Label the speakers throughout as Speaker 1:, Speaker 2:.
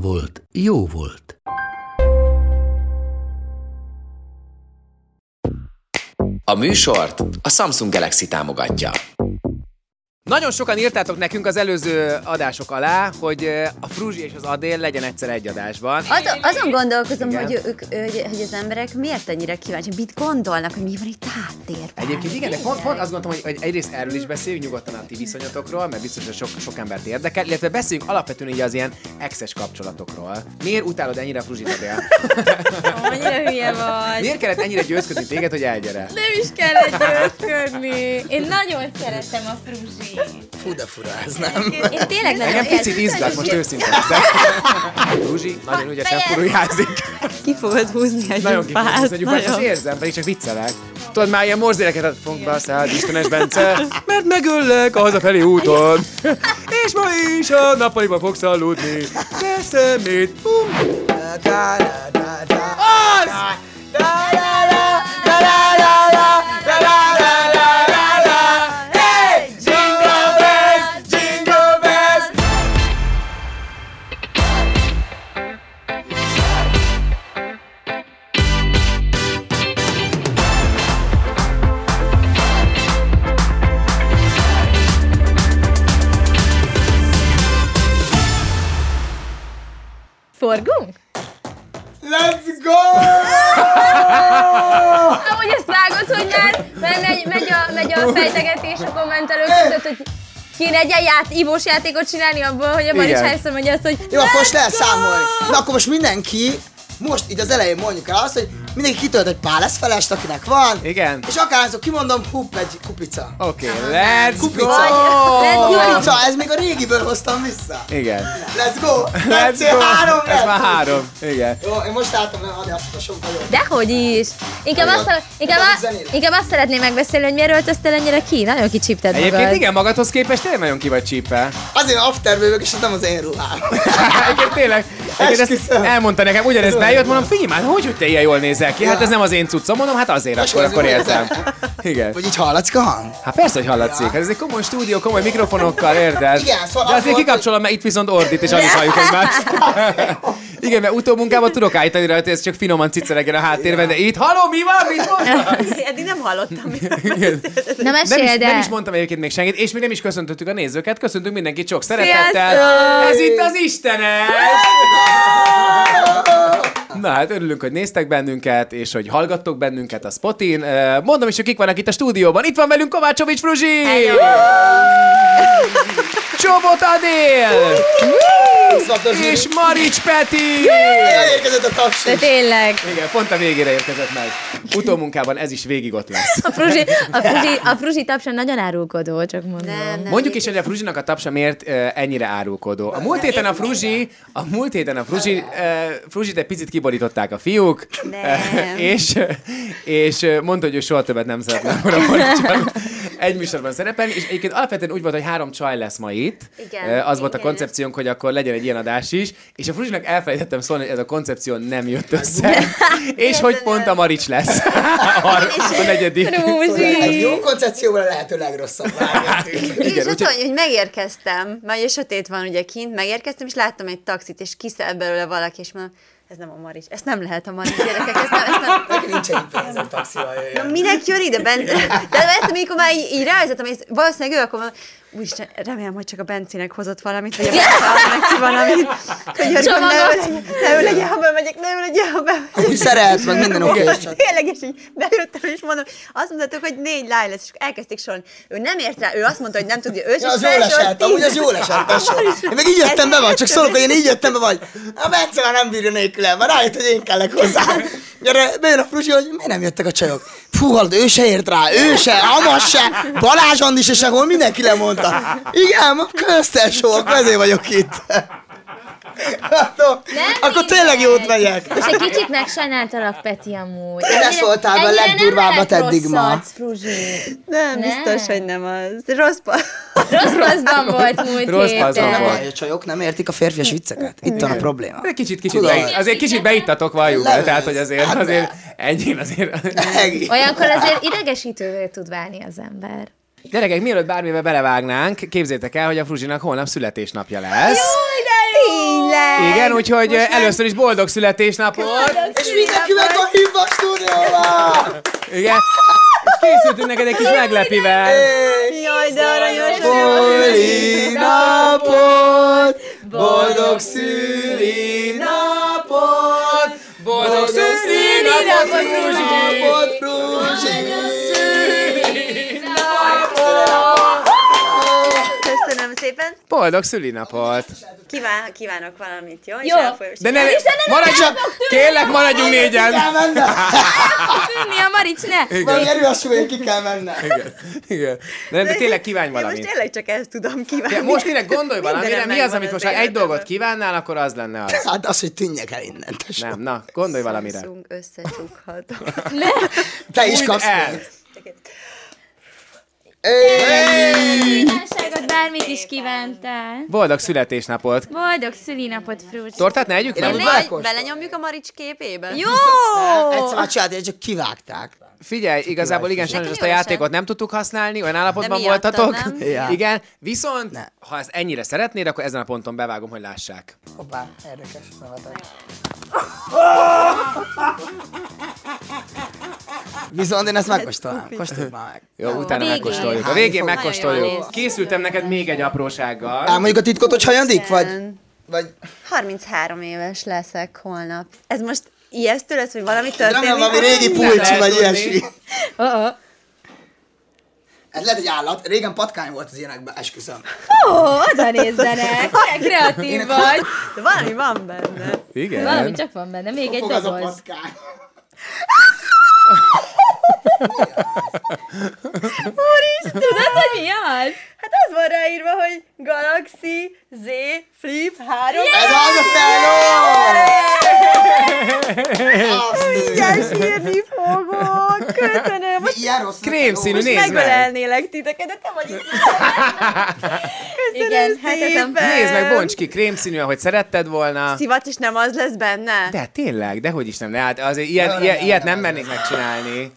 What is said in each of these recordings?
Speaker 1: volt, jó volt.
Speaker 2: A műsort a Samsung Galaxy támogatja.
Speaker 3: Nagyon sokan írtátok nekünk az előző adások alá, hogy eh, a Fruzsi és az Adél legyen egyszer egy adásban.
Speaker 4: Az, azon gondolkozom,
Speaker 3: Igen.
Speaker 4: hogy, ők, hogy, hogy az emberek miért annyira kíváncsi, mit gondolnak, hogy mi van itt háttérben.
Speaker 3: Egyébként igen, de pont, pont azt gondoltam, hogy, hogy egyrészt erről is beszéljünk nyugodtan a ti viszonyatokról, mert biztos, hogy sok, sok embert érdekel, illetve beszéljünk alapvetően így az ilyen exes kapcsolatokról. Miért utálod ennyire a Fruzsit Adél?
Speaker 5: Annyira hülye vagy.
Speaker 3: Miért kellett ennyire győzködni téged, hogy elgyere?
Speaker 5: Nem is kellett győzködni. Én nagyon szeretem a fruzsit.
Speaker 6: Fú, de fura ez, nem?
Speaker 5: Én, én tényleg nagyon
Speaker 3: Engem picit
Speaker 5: szeretem.
Speaker 3: izgat, most őszintén leszek. Fruzsi nagyon ügyesen
Speaker 5: fejed!
Speaker 3: furujázik.
Speaker 4: Ki fogod húzni egy
Speaker 3: Nagyon kifejezett vagyunk, hát mert ezt érzem, pedig csak viccelek. Tudod, már ilyen morzéleket ad fogd be a szád, Istenes Bence, mert megöllek a hazafelé úton. És ma is a nappaliba fogsz aludni. De szemét, bum! Az! Hey! Jingle bells, jingle bells!
Speaker 5: Forgunk?
Speaker 3: Let's go!
Speaker 5: Ahogy ezt vágod, hogy már, már megy, megy, a, megy a fejtegetés a kommentelők között, hogy kéne egy ilyen ját, ívós játékot csinálni abból, hogy a Marics
Speaker 3: Igen.
Speaker 5: hányszor mondja azt, hogy
Speaker 7: Jó, akkor most lehet számolni. Na akkor most mindenki, most így az elején mondjuk el azt, hogy mindenki kitölt egy pár lesz felest, akinek van.
Speaker 3: Igen.
Speaker 7: És akárhányszor kimondom, hup, egy kupica.
Speaker 3: Oké, okay, let's
Speaker 7: Kupica.
Speaker 3: go!
Speaker 5: Let's go!
Speaker 7: Kupica, ez még a régiből hoztam vissza.
Speaker 3: Igen.
Speaker 7: Let's go!
Speaker 3: Let's go!
Speaker 7: Három
Speaker 3: Ez
Speaker 7: lesz.
Speaker 3: már három. Igen.
Speaker 7: Jó, én most látom, hogy adj azt a sok vagyok.
Speaker 5: Dehogy is! Inkább azt, szere- inkább, a, inkább azt szeretném megbeszélni, hogy miért öltöztél ennyire ki? Nagyon kicsipted magad.
Speaker 3: Egyébként igen, magadhoz képest tényleg nagyon ki vagy csípve.
Speaker 7: Azért afterbővök, és ez nem az én ruhám.
Speaker 3: Egyébként tényleg. Egyébként ezt
Speaker 7: Esküszöm.
Speaker 3: elmondta nekem, ugyanez bejött, mondom, figyelj már, hogy, hogy te ilyen jól nézel ki? Hát ez nem az én cuccom, mondom, hát azért
Speaker 7: Most
Speaker 3: akkor,
Speaker 7: azért
Speaker 3: akkor
Speaker 7: mondtad.
Speaker 3: értem. Igen.
Speaker 7: Vagy így hallatszka hang?
Speaker 3: Hát persze, hogy hallatszik. Hát Ez egy komoly stúdió, komoly mikrofonokkal, érted?
Speaker 7: Igen, szóval
Speaker 3: De
Speaker 7: az
Speaker 3: azért
Speaker 7: volt,
Speaker 3: kikapcsolom, mert itt viszont ordít, és alig halljuk egymást. Igen, mert utómunkában tudok állítani rajta, hogy ez csak finoman ciceregjen a háttérben, de itt, haló, mi van, mit mondasz?
Speaker 4: Eddig nem hallottam.
Speaker 3: Igen.
Speaker 5: Na
Speaker 3: Nem is,
Speaker 5: mesélj, de...
Speaker 3: nem is mondtam egyébként még senkit, és még nem is köszöntöttük a nézőket, köszöntünk mindenkit sok szeretettel. Ez itt az Istenes! Na hát örülünk, hogy néztek bennünket, és hogy hallgattok bennünket a Spotin. Eh, Mondom is, hogy kik vannak itt a stúdióban. Itt van velünk Kovácsovics Fruzsi! Csobot Adél! És Marics Peti!
Speaker 7: Elérkezett a taps.
Speaker 5: De tényleg.
Speaker 3: Igen, pont a végére érkezett meg. Utómunkában ez is végig ott lesz.
Speaker 5: A fruzsi, a fruzsi, a fruzsi tapsa nagyon árulkodó, csak mondom.
Speaker 4: Nem, nem.
Speaker 3: Mondjuk is, hogy a Fruzsinak a tapsa miért ö, ennyire árulkodó. A múlt héten a Fruzsi, a múlt héten a Fruzsi, ö, Fruzsit egy picit kiborították a fiúk,
Speaker 4: Nem.
Speaker 3: és, és ö, mondta, hogy ő soha többet nem szeretne Fruzsiban egy műsorban szerepelni, és egyébként alapvetően úgy volt, hogy három csaj lesz ma itt.
Speaker 4: Igen,
Speaker 3: Ö, Az volt a
Speaker 4: igen.
Speaker 3: koncepciónk, hogy akkor legyen egy ilyen adás is, és a Fruzsinak elfelejtettem szólni, hogy ez a koncepció nem jött össze, és hogy pont a Marics lesz a, a negyedik.
Speaker 7: Egy
Speaker 5: Fruzsi!
Speaker 7: jó koncepcióval a lehető legrosszabb vágjáték.
Speaker 4: Igen,
Speaker 3: Igen,
Speaker 4: és azt
Speaker 3: úgyhogy-
Speaker 4: mondja, hogy megérkeztem, már ugye sötét van ugye kint, megérkeztem, és láttam egy taxit, és kiszáll belőle valaki, és mondom, ez nem a Marics, ezt nem lehet a Marics, gyerekek, ezt nem, ezt nem,
Speaker 7: Neki nincs egy pénz, hogy taxival jöjjön.
Speaker 4: Minek jön ide Bence? De vettem, amikor már így, így rájöttem, és valószínűleg ő akkor mondom, úristen, remélem, hogy csak a Bencének hozott valamit, vagy a Bencének ki valamit. Könyörgöm, ne ő legyen, ne ő legyen, ha bemegyek, ne ő legyen, ha bemegyek.
Speaker 7: Úgy szerelt, meg minden oké. és csak-
Speaker 4: Tényleg, és így bejöttem, és mondom, azt mondtátok, hogy négy lány lesz, és elkezdték sorolni. Ő nem ért rá, ő azt mondta, hogy nem tudja, ő is
Speaker 7: Ja, az
Speaker 4: felsorolt
Speaker 7: jól esett,
Speaker 4: tíz.
Speaker 7: amúgy az jól esett, tesó. Én meg így jöttem be, vagy, csak szólok, hogy én így jöttem be, vagy. A Bence már nem bírja nélkülem, már rájött, hogy én kellek hozzá. Gyere, bejön a Fruzsi, hogy miért nem jöttek a csajok? Fú, hallod, ő se ért rá, ő se, Amas se, Balázs Andi se sehol, mindenki lemondta. Igen, köztes sok, ezért vagyok itt. Látom, akkor
Speaker 5: mindegy.
Speaker 7: tényleg jót megyek.
Speaker 5: És egy kicsit megsajnáltalak, Peti, amúgy.
Speaker 7: Te szóltál be a
Speaker 5: ennyire nem
Speaker 7: legdurvábbat
Speaker 5: lehet
Speaker 7: eddig
Speaker 5: rossz
Speaker 7: ma.
Speaker 5: arc, Fruzsi.
Speaker 4: Nem,
Speaker 5: Nem.
Speaker 4: biztos, hogy nem az. Rossz pa...
Speaker 5: Rossz paszban volt múlt
Speaker 3: Rossz
Speaker 5: héten.
Speaker 3: paszban
Speaker 7: Nem
Speaker 3: volt.
Speaker 7: baj, a csajok nem értik a férfias vicceket. Itt van a probléma.
Speaker 3: De kicsit, kicsit,
Speaker 7: Tudod.
Speaker 3: be, azért kicsit beittatok, valljuk be,
Speaker 7: Levezetsz.
Speaker 3: tehát hogy azért,
Speaker 7: Hát
Speaker 3: azért enyém azért.
Speaker 7: Egi.
Speaker 5: Olyankor azért idegesítővé tud válni az ember.
Speaker 3: Gyerekek, mielőtt bármibe belevágnánk, képzétek el, hogy a Fruzsinak holnap születésnapja lesz.
Speaker 4: Tényleg!
Speaker 3: Igen, úgyhogy eh, először is boldog születésnapot!
Speaker 7: És mindenkinek a hívva a stúdióban!
Speaker 3: Igen. És készültünk neked egy kis meglepivel.
Speaker 4: Jaj, de aranyos!
Speaker 7: Boli napot, boldog szüli napot,
Speaker 3: Boldog
Speaker 7: napot, napot, Fruzsi!
Speaker 4: Köszönöm szépen!
Speaker 3: Boldog szülinapot!
Speaker 4: Kíván, kívánok valamit, jó? És
Speaker 5: Jó.
Speaker 4: elfolyos-
Speaker 3: De ne, maradj csak, kérlek maradjunk négyen!
Speaker 7: Ki kell mennem?
Speaker 5: Fűnni a Marics, ne!
Speaker 7: Valami erőasszú, hogy ki kell mennem.
Speaker 3: Igen. De, nem, de tényleg kívánj
Speaker 4: De most
Speaker 3: valamit.
Speaker 4: tényleg csak ezt tudom kívánni.
Speaker 3: Ja, most tényleg gondolj
Speaker 4: Mindenre
Speaker 3: valamire, mi az,
Speaker 4: megvan
Speaker 3: amit most ha
Speaker 4: az
Speaker 3: egy
Speaker 4: életemben.
Speaker 3: dolgot kívánnál, akkor az lenne az.
Speaker 7: Hát az, hogy tűnjek el innen. tesó.
Speaker 3: Nem, na,
Speaker 4: Szóval
Speaker 3: gondolj valamire.
Speaker 4: Samsung összecsukhat.
Speaker 7: Te is
Speaker 3: Fújd
Speaker 7: kapsz.
Speaker 3: el.
Speaker 7: még.
Speaker 5: Kívánságot, bármit is kívántál.
Speaker 3: Boldog születésnapot!
Speaker 5: Boldog szülinapot, Fruzsi.
Speaker 3: Tortát ne együk meg?
Speaker 7: Én
Speaker 4: Bele-
Speaker 7: Ákos.
Speaker 4: Belenyomjuk a Marics képébe?
Speaker 5: Jó!
Speaker 7: Egyszer már csináltam, csak kivágták.
Speaker 3: Figyelj, igazából igen, sajnos ezt a játékot nem tudtuk használni, olyan állapotban
Speaker 4: De miattad,
Speaker 3: voltatok.
Speaker 4: nem?
Speaker 7: Ja.
Speaker 3: Igen, viszont
Speaker 7: Ne.
Speaker 3: ha ezt ennyire szeretnéd, akkor ezen a ponton bevágom, hogy lássák.
Speaker 7: Hoppá, érdekes nevetek. Viszont én ezt megkóstolom. Kóstolj már meg.
Speaker 3: Jó, utána
Speaker 5: Végén.
Speaker 3: megkóstoljuk. A
Speaker 7: Hányni
Speaker 3: végén
Speaker 7: fog?
Speaker 4: Nagyon jól
Speaker 3: megkóstoljuk.
Speaker 4: néz
Speaker 3: Készültem neked még egy aprósággal.
Speaker 7: Ám mondjuk a titkot, hogy hajandik? Vagy, vagy
Speaker 4: 33 éves leszek holnap. Ez most ijesztő lesz, hogy valami történik?
Speaker 7: remélem valami régi pulcsi,
Speaker 3: lehet
Speaker 7: vagy
Speaker 3: tudni.
Speaker 7: ilyesmi. Ez lehet egy állat. Régen patkány volt az ilyenekben, esküszöm.
Speaker 5: Ó, oda nézzenek! Olyan kreatív vagy!
Speaker 4: De valami van benne.
Speaker 5: Valami
Speaker 3: Igen.
Speaker 5: csak van benne, még egy
Speaker 7: Fog az a
Speaker 5: doboz.
Speaker 7: patkány.
Speaker 5: Tudod, hogy mi az?
Speaker 4: Hát az van ráírva, hogy Galaxy Z Flip 3.
Speaker 7: Ez az a feló! Azt,
Speaker 4: Mindjárt sírni fogok. Köszönöm. Most
Speaker 7: Ilyen rossz.
Speaker 3: Krém
Speaker 7: a
Speaker 3: színű,
Speaker 7: feló.
Speaker 3: nézd meg!
Speaker 4: megölelnélek titeket, de te vagy itt. Köszönöm
Speaker 5: Igen, hát ez a-
Speaker 4: szépen.
Speaker 3: Nézd meg, bonts ki, krém színű, ahogy szeretted volna.
Speaker 4: Szivat is nem az lesz benne?
Speaker 3: De tényleg, de hogy is nem, de hát azért ilyen,
Speaker 7: nem,
Speaker 3: ilyen,
Speaker 7: nem,
Speaker 3: ilyet
Speaker 7: nem,
Speaker 3: nem mernék megcsinálni.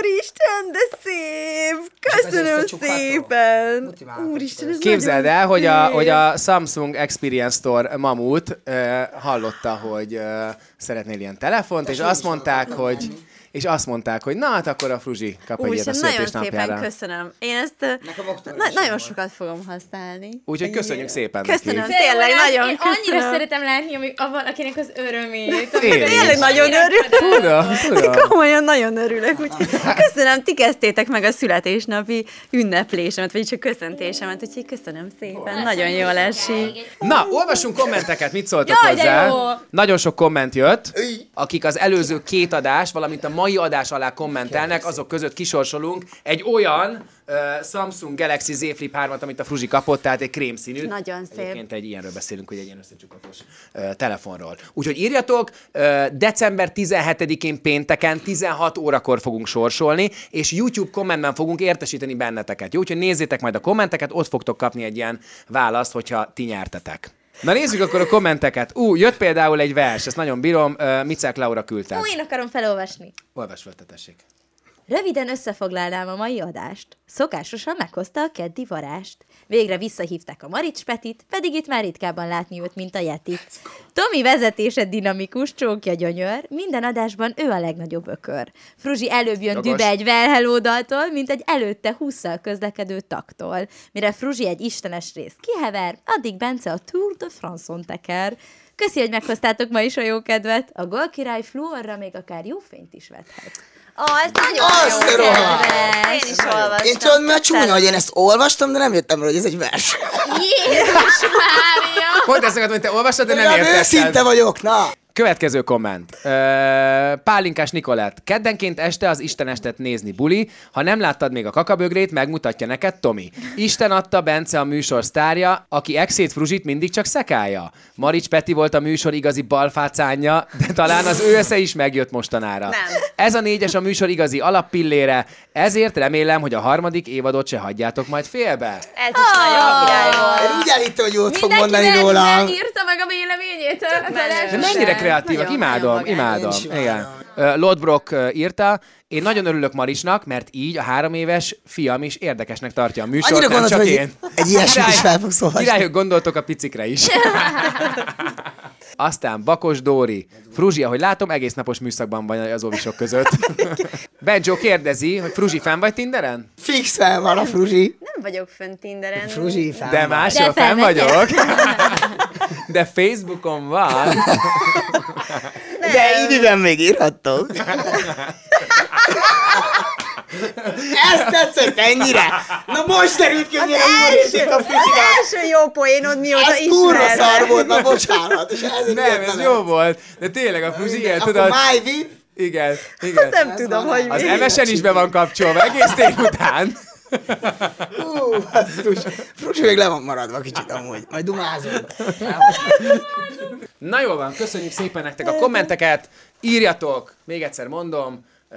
Speaker 4: Úristen, de szép! Köszönöm
Speaker 7: összecsukható.
Speaker 4: szépen!
Speaker 7: Motiválható
Speaker 4: Úristen, ez
Speaker 3: Képzeld
Speaker 4: nagyon
Speaker 3: el, hogy a,
Speaker 4: szép.
Speaker 3: hogy a Samsung Experience Store mamut ö, hallotta, hogy ö, szeretnél ilyen telefont, és azt mondták, hogy és azt mondták, hogy na hát akkor a Fruzsi kap egy ilyet a
Speaker 4: Úristen, nagyon szépen
Speaker 3: születésnapjára.
Speaker 4: köszönöm. Én ezt ö,
Speaker 7: Nekem október
Speaker 4: na-
Speaker 7: is
Speaker 4: nagyon
Speaker 7: volt.
Speaker 4: sokat fogom használni.
Speaker 3: Úgyhogy köszönjük szépen
Speaker 4: Köszönöm.
Speaker 3: neki.
Speaker 4: Tényleg,
Speaker 5: Én
Speaker 4: nagyon
Speaker 5: annyira
Speaker 4: köszönöm.
Speaker 5: szeretem látni, ami a valakinek az örömét.
Speaker 3: Tényleg.
Speaker 4: Tényleg nagyon örülök.
Speaker 3: Tudom, tudom.
Speaker 4: Komolyan nagyon örülök, úgyhogy köszönöm, ti kezdtétek meg a születésnapi ünneplésemet, vagyis a köszöntésemet, úgyhogy köszönöm szépen, nagyon jól esik.
Speaker 3: Na, olvassunk kommenteket, mit szóltak
Speaker 5: Jaj, de
Speaker 3: hozzá.
Speaker 5: jó!
Speaker 3: Nagyon sok komment jött, akik az előző két adás, valamint a mai adás alá kommentelnek, azok között kisorsolunk egy olyan uh, Samsung Galaxy Z Flip 3-at, amit a Fruzsi kapott, tehát egy krémszínű.
Speaker 4: Nagyon szép.
Speaker 3: Egyébként egy ilyenről beszélünk, hogy egy ilyen összecsukhatós uh, telefonról. Úgyhogy írjatok, uh, december 17-én pénteken 16 órakor fogunk sorsolni, és YouTube kommentben fogunk értesíteni benneteket. Jó, úgyhogy nézzétek majd a kommenteket, ott fogtok kapni egy ilyen választ, hogyha ti nyertetek. Na nézzük akkor a kommenteket. Ú, jött például egy vers, ezt nagyon bírom, uh, Micák Laura küldte.
Speaker 5: Ó, én akarom felolvasni.
Speaker 3: Olvasd fel, te tessék.
Speaker 5: Röviden összefoglalnám a mai adást. Szokásosan meghozta a keddi varást. Végre visszahívták a Marics Petit, pedig itt már ritkábban látni őt, mint a Yeti. Tomi vezetése dinamikus, csókja gyönyör, minden adásban ő a legnagyobb ökör. Fruzsi előbb jön
Speaker 3: Jogos.
Speaker 5: dübe egy Well Hello daltól, mint egy előtte 20 közlekedő taktól. Mire Fruzsi egy istenes részt kihever, addig Bence a Tour de France-on teker. Köszi, hogy meghoztátok ma is a jó kedvet. A golkirály fluorra még akár jó fényt is vethet.
Speaker 4: Ó, ez nagyon
Speaker 7: Azt
Speaker 4: jó.
Speaker 7: rohadt!
Speaker 4: kedves. Én is olvastam.
Speaker 7: Én tudom, mert csúnya, hogy én ezt olvastam, de nem jöttem rá, hogy ez egy vers.
Speaker 5: Jézus Mária!
Speaker 3: Pont ezt akartam, hogy te olvastad, de nem
Speaker 7: Nem
Speaker 3: értetted.
Speaker 7: őszinte vagyok, na!
Speaker 3: Következő komment. Ö, Pálinkás Nikolett. Keddenként este az Isten estet nézni buli. Ha nem láttad még a kakabögrét, megmutatja neked Tomi. Isten adta Bence a műsor sztárja, aki exét fruzsit mindig csak szekálja. Marics Peti volt a műsor igazi balfácánja, de talán az ő esze is megjött mostanára.
Speaker 4: Nem.
Speaker 3: Ez a négyes a műsor igazi alappillére, ezért remélem, hogy a harmadik évadot se hagyjátok majd félbe.
Speaker 4: Ez is nagyon király volt.
Speaker 7: Én úgy elhittem, hogy jót fog mondani
Speaker 5: Mindenki
Speaker 7: róla.
Speaker 5: nem írta meg a véleményét. az
Speaker 3: De
Speaker 5: adásban.
Speaker 3: mennyire kreatívak, imádom, imádom.
Speaker 7: Én is
Speaker 3: Igen. Ö, Lord Brock ö, írta, én nagyon örülök Marisnak, mert így a három éves fiam is érdekesnek tartja a műsort,
Speaker 7: Annyira
Speaker 3: nem csak
Speaker 7: gondoltam, hogy
Speaker 3: én.
Speaker 7: egy ilyesmit
Speaker 3: Király-
Speaker 7: is fel fogsz olvasni.
Speaker 3: Királyok, gondoltok a picikre is. Aztán Bakos Dóri. Fruzsi, ahogy látom, egész napos műszakban van az óvisok között. Benjo kérdezi, hogy Fruzsi, fenn vagy Tinderen?
Speaker 7: Fix fel van a Fruzsi.
Speaker 4: Nem vagyok fönt Tinderen.
Speaker 7: Fruzsi fel
Speaker 3: De
Speaker 7: van.
Speaker 3: máshol
Speaker 5: De
Speaker 3: fenn
Speaker 5: fenn
Speaker 3: vagyok. De Facebookon van.
Speaker 7: De időben még írhattok. Ez tetszett ennyire? Na most derült ki, hogy milyen
Speaker 4: Első,
Speaker 7: humorérték a
Speaker 4: az
Speaker 7: Fruzsinak.
Speaker 4: első jó poénod mióta
Speaker 7: Ez kurva szar
Speaker 4: ismerlek.
Speaker 7: volt, na bocsánat. És ezért
Speaker 3: Nem,
Speaker 7: jött
Speaker 3: ez
Speaker 7: a
Speaker 3: jó volt. De tényleg a Fruzsi, igen,
Speaker 7: Akkor
Speaker 3: tudod.
Speaker 7: my whip.
Speaker 3: Igen, igen.
Speaker 4: Nem tudom, hogy
Speaker 3: Az
Speaker 4: mi.
Speaker 3: MSN is be van kapcsolva egész délután.
Speaker 7: Hú, basszus. Fruzsi még le van maradva kicsit amúgy. Majd dumázunk.
Speaker 3: Na jó van, köszönjük szépen nektek a kommenteket, írjatok, még egyszer mondom, ö,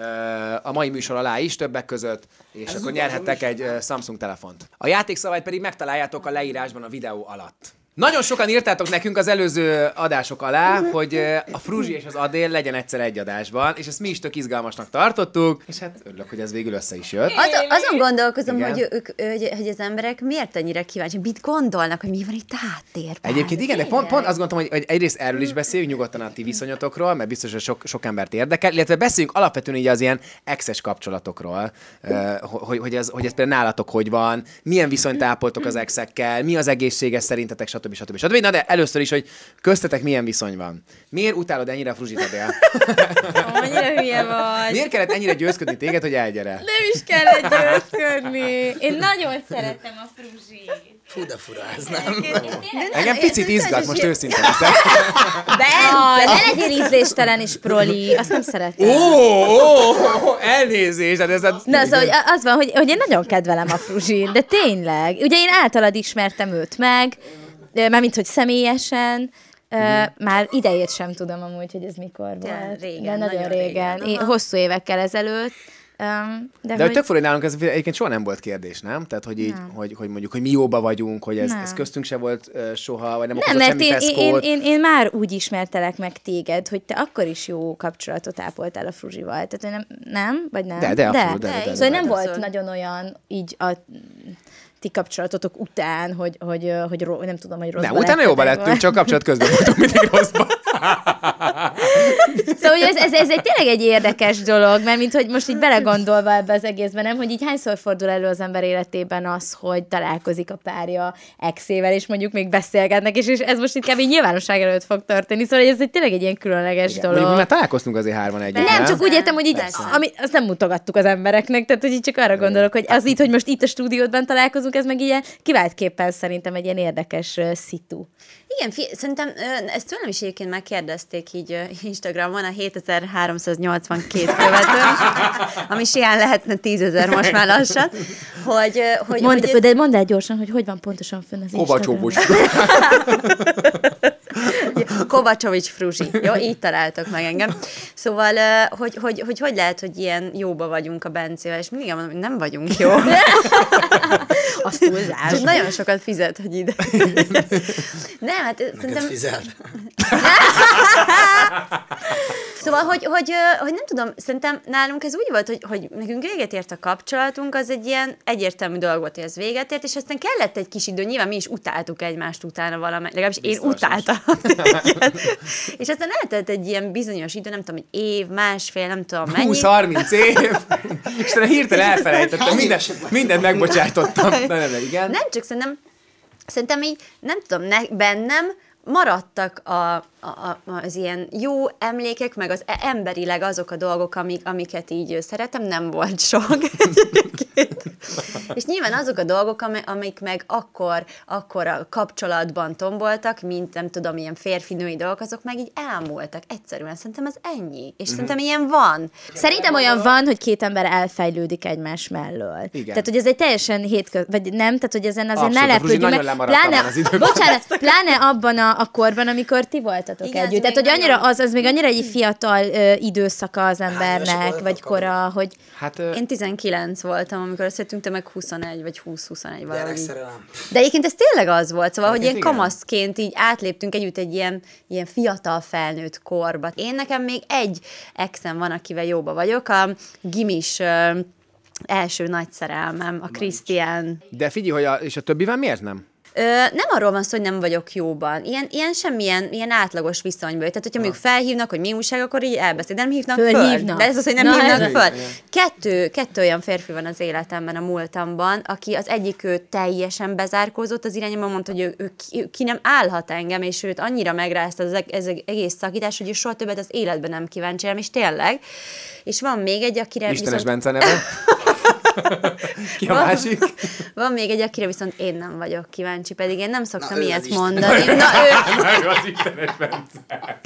Speaker 3: a mai műsor alá is többek között, és akkor nyerhettek egy ö, Samsung telefont. A játékszabályt pedig megtaláljátok a leírásban a videó alatt. Nagyon sokan írtátok nekünk az előző adások alá, hogy ö, a Fruzsi és az Adél legyen egyszer egy adásban, és ezt mi is tök izgalmasnak tartottuk, és hát örülök, hogy ez végül össze is jött.
Speaker 4: Az, azon gondolkozom,
Speaker 3: Igen.
Speaker 4: hogy, ők, hogy, hogy az emberek miért annyira kíváncsiak, mit gondolnak, hogy mi van itt a háttérben.
Speaker 3: Egyébként igen, de pont, pont azt gondolom, hogy, hogy egyrészt erről is beszéljünk nyugodtan a ti viszonyotokról, mert biztos, hogy sok, sok embert érdekel, illetve beszéljünk alapvetően így az ilyen exes kapcsolatokról, ö, hogy, hogy, ez, hogy ez például nálatok hogy van, milyen viszonyt ápoltok az exekkel, mi az egészséges szerintetek, stb. stb. stb. Na de először is, hogy köztetek milyen viszony van. Miért utálod ennyire a Fruzsit Adél?
Speaker 5: Annyira hülye vagy.
Speaker 3: Miért kellett ennyire győzködni téged, hogy elgyere?
Speaker 5: Nem is kellett győzködni. Én nagyon szeretem a fruzsit.
Speaker 7: Fú, de fura ez, nem?
Speaker 3: Engem picit izgat, most őszintén leszek.
Speaker 5: Aj, ne legyél ízléstelen és proli. Azt nem szeretem.
Speaker 3: Ó, ó, ó, elnézést, hát ez a...
Speaker 5: Na, szóval hogy az van, hogy, hogy én nagyon kedvelem a Fruzsin, de tényleg. Ugye én általad ismertem őt meg, ö, mármint, hogy személyesen, ö, már idejét sem tudom amúgy, hogy ez mikor volt.
Speaker 4: régen,
Speaker 5: Mhm. de nagyon,
Speaker 4: nagyon
Speaker 5: régen.
Speaker 4: régen,
Speaker 5: É-
Speaker 4: aha.
Speaker 5: hosszú évekkel ezelőtt. öm, de
Speaker 3: De hogy
Speaker 5: hogy,
Speaker 3: tök fura, hogy nálunk ez egyébként soha nem volt kérdés, nem? Tehát, hogy így, hogy, hogy mondjuk, hogy mi jóba vagyunk, hogy ez,
Speaker 5: Nem.
Speaker 3: ez köztünk se volt ö, soha, vagy nem,
Speaker 5: nem,
Speaker 3: okozott
Speaker 5: mert
Speaker 3: semmi
Speaker 5: én, én, én,
Speaker 3: feszkót.
Speaker 5: én, én már úgy ismertelek meg téged, hogy te akkor is jó kapcsolatot ápoltál a Fruzsival. Tehát, hogy nem, nem? Vagy nem?
Speaker 3: De, de, abszolút, de, de, de, de,
Speaker 5: Szóval
Speaker 3: de.
Speaker 5: nem volt
Speaker 4: Abszolút.
Speaker 5: nagyon olyan így a ti kapcsolatotok után, hogy, hogy, ö, hogy ro- nem tudom, hogy rosszba
Speaker 3: Nem, utána jóba
Speaker 5: lettetek,
Speaker 3: lettünk,
Speaker 5: vagy-
Speaker 3: csak kapcsolat közben voltunk mindig rosszba.
Speaker 5: Szóval hogy ez, ez, ez egy tényleg egy érdekes dolog, mert mint hogy most így belegondolva ebbe az egészben, nem, hogy így hányszor fordul elő az ember életében az, hogy találkozik a párja exével, és mondjuk még beszélgetnek, és, és ez most inkább így nyilvánosság előtt fog történni, szóval hogy ez egy tényleg egy ilyen különleges
Speaker 3: Mondjuk mi
Speaker 5: dolog.
Speaker 3: már találkoztunk azért hárman együtt,
Speaker 5: Nem, csak úgy értem, hogy így,
Speaker 4: Persze.
Speaker 5: ami, azt nem mutogattuk az embereknek, tehát hogy így csak arra gondolok, hogy az itt, hogy most itt a stúdiódban találkozunk, ez meg ilyen kiváltképpen szerintem egy ilyen érdekes ö, szitu.
Speaker 4: Igen, fi, szerintem ö, ezt tőlem is egyébként már kérdezték így ö, Instagramon, a 7382 követő, ami simán lehetne 10 ezer most már lassan, hogy, ö, hogy,
Speaker 5: Mondd,
Speaker 4: hogy
Speaker 5: de mondd el gyorsan, hogy hogy van pontosan fönn az Instagramon.
Speaker 3: Kovacsóbus.
Speaker 4: Kovacsovics Fruzsi. Jó, így találtok meg engem. Szóval, ö, hogy hogy, hogy, hogy lehet, hogy ilyen jóba vagyunk a Bencével, és mindig mondom, hogy nem vagyunk jó.
Speaker 5: Azt túlzás.
Speaker 4: Csak nagyon sokat fizet, hogy ide. Nem, hát ö, szerintem...
Speaker 7: Fizel.
Speaker 4: Szóval, hogy, hogy, ö, hogy nem tudom, szerintem nálunk ez úgy volt, hogy, hogy nekünk véget ért a kapcsolatunk, az egy ilyen egyértelmű dolog volt, hogy ez véget ért, és aztán kellett egy kis idő, nyilván mi is utáltuk egymást utána valamely, legalábbis én utáltam. Igen. és aztán eltelt egy ilyen bizonyos idő, nem tudom, egy év, másfél, nem tudom mennyi.
Speaker 3: 20-30 év. És hirtelen elfelejtettem,
Speaker 7: Hány
Speaker 3: mindent,
Speaker 7: évesek vagy?
Speaker 3: mindent megbocsátottam. Na, nem, nem, igen.
Speaker 4: Nem, csak szerintem, szerintem így, nem tudom, ne, bennem maradtak a, a, a, az ilyen jó emlékek, meg az e- emberileg azok a dolgok, amik, amiket így ö, szeretem, nem volt sok. egyébként. sőt. És nyilván azok a dolgok, ami- amik meg akkor, akkor a kapcsolatban tomboltak, mint nem tudom, ilyen férfi-női dolgok, azok meg így elmúltak. Egyszerűen szerintem ez ennyi. És szerintem ilyen van.
Speaker 5: Szerintem olyan van, hogy két ember elfejlődik egymás mellől. Igen. Tehát, hogy ez egy teljesen hétkö... vagy nem, tehát, hogy ezen azért
Speaker 3: Abszolút,
Speaker 5: ne
Speaker 3: a Fruzsi
Speaker 5: lepődjünk
Speaker 3: nagyon lemaradt abban az időben.
Speaker 5: bocsánat, pláne abban a, a korban, amikor ti voltatok
Speaker 4: Igen,
Speaker 5: Igen,
Speaker 4: ez
Speaker 5: együtt. Tehát,
Speaker 4: még
Speaker 5: hogy annyira
Speaker 4: nagyon-
Speaker 5: az, az még annyira egy fiatal ö, időszaka az embernek,
Speaker 7: voltatok,
Speaker 5: vagy kora, hogy
Speaker 3: Hát ö,
Speaker 4: Én 19 voltam, amikor összejöttünk, te meg 21 vagy 20-21 valami.
Speaker 7: Gyerekszerelem.
Speaker 4: De egyébként ez tényleg az volt, szóval, hogy ilyen
Speaker 3: Egyébként igen.
Speaker 4: kamaszként így átléptünk együtt egy ilyen, ilyen fiatal felnőtt korba. Én nekem még egy exem van, akivel jóba vagyok, a gimis ö, első nagy szerelmem, a Krisztián.
Speaker 3: de figyelj, hogy a, és a többivel miért nem?
Speaker 4: Ö, nem arról van szó, hogy nem vagyok jóban. Ilyen, ilyen semmilyen ilyen átlagos viszonyban. Tehát, hogyha mondjuk felhívnak, hogy mi újság, akkor így elbeszél. De nem hívnak föl.
Speaker 5: Fölhívnak.
Speaker 4: De ez az, hogy nem
Speaker 5: Na,
Speaker 4: hívnak
Speaker 5: ez-
Speaker 4: föl. Kettő, kettő olyan férfi van az életemben, a múltamban, aki az egyik ő teljesen bezárkózott az irányába, mondta, hogy ő, ő, ki- ő ki nem állhat engem, és őt annyira megrázta az, eg- ez az egész szakítás, hogy ő soha többet az életben nem kíváncsi rám, és tényleg. És van még egy, akire
Speaker 3: Istenes
Speaker 4: viszont
Speaker 3: Bence neve? Ki a másik?
Speaker 4: van még egy, akire viszont én nem vagyok kíváncsi, pedig én nem szoktam
Speaker 7: ő az
Speaker 4: ilyet
Speaker 7: Isten.
Speaker 4: mondani. Na, ő,
Speaker 3: Ő az Istenes Bence.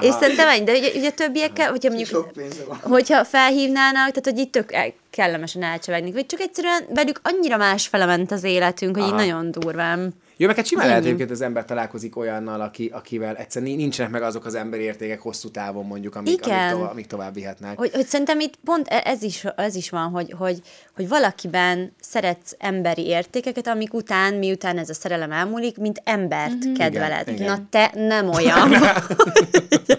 Speaker 4: és szerintem ennyi, de ugye, ugye többiekkel, hogyha mondjuk,
Speaker 7: Sok pénze van.
Speaker 4: hogyha felhívnának, tehát hogy így tök el- kellemesen elcsevegnék, vagy csak egyszerűen velük annyira másfele ment az életünk, hogy így nagyon durván.
Speaker 3: Jó, meg hát simán lehet, hogy egyébként az ember találkozik olyannal, aki, akivel egyszerűen ni- nincsenek meg azok az emberi értékek hosszú távon mondjuk, amik, amik,
Speaker 4: Igen.
Speaker 3: tovább, amik tovább vihetnek.
Speaker 4: Hogy, hogy szerintem itt pont e- ez is, ez is van, hogy, hogy, hogy valakiben szeretsz emberi értékeket, amik után, miután ez a szerelem elmúlik, mint embert mm-hmm. kedveled.
Speaker 3: Igen, igen.
Speaker 4: Na te nem olyan vagy.